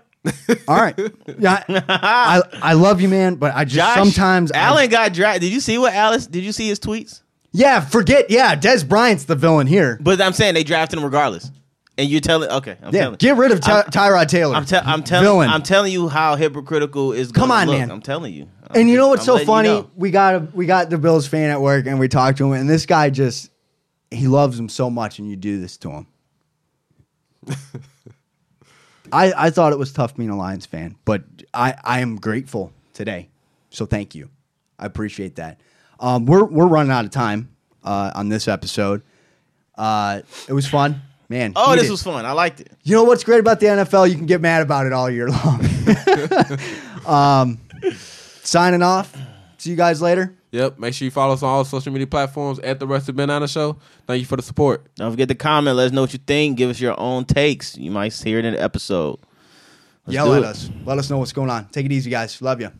S1: All right. Yeah, I, I love you, man, but I just
S3: Josh,
S1: sometimes I-
S3: Allen got drafted. Did you see what Alice? Did you see his tweets?
S1: Yeah, forget. Yeah, Des Bryant's the villain here.
S3: But I'm saying they drafted him regardless. And you're telling okay, I'm
S1: Yeah,
S3: telling
S1: get rid of Ty-
S3: I'm-
S1: Tyrod Taylor.
S3: I'm, te- I'm telling
S1: villain.
S3: I'm telling you how hypocritical is
S1: Come on,
S3: look.
S1: man.
S3: I'm telling you. I'm
S1: and you
S3: just-
S1: know what's
S3: I'm
S1: so
S3: letting you
S1: funny?
S3: know.
S1: We got a we got the Bills fan at work, and we talked to him, and this guy just he loves him so much, and you do this to him. I I thought it was tough being a Lions fan, but I I am grateful today, so thank you, I appreciate that. Um, we're we're running out of time uh, on this episode. Uh, it was fun, man.
S3: Oh, this
S1: heated.
S3: was fun. I liked it.
S1: You know what's great about the NFL? You can get mad about it all year long. um, signing off. See you guys later.
S2: Yep. Make sure you follow us on all social media platforms at the Rest of Ben Anna Show. Thank you for the support.
S3: Don't forget to comment. Let us know what you think. Give us your own takes. You might hear it in the episode. Let's
S1: Yell
S3: do
S1: at
S3: it.
S1: us. Let us know what's going on. Take it easy, guys. Love you.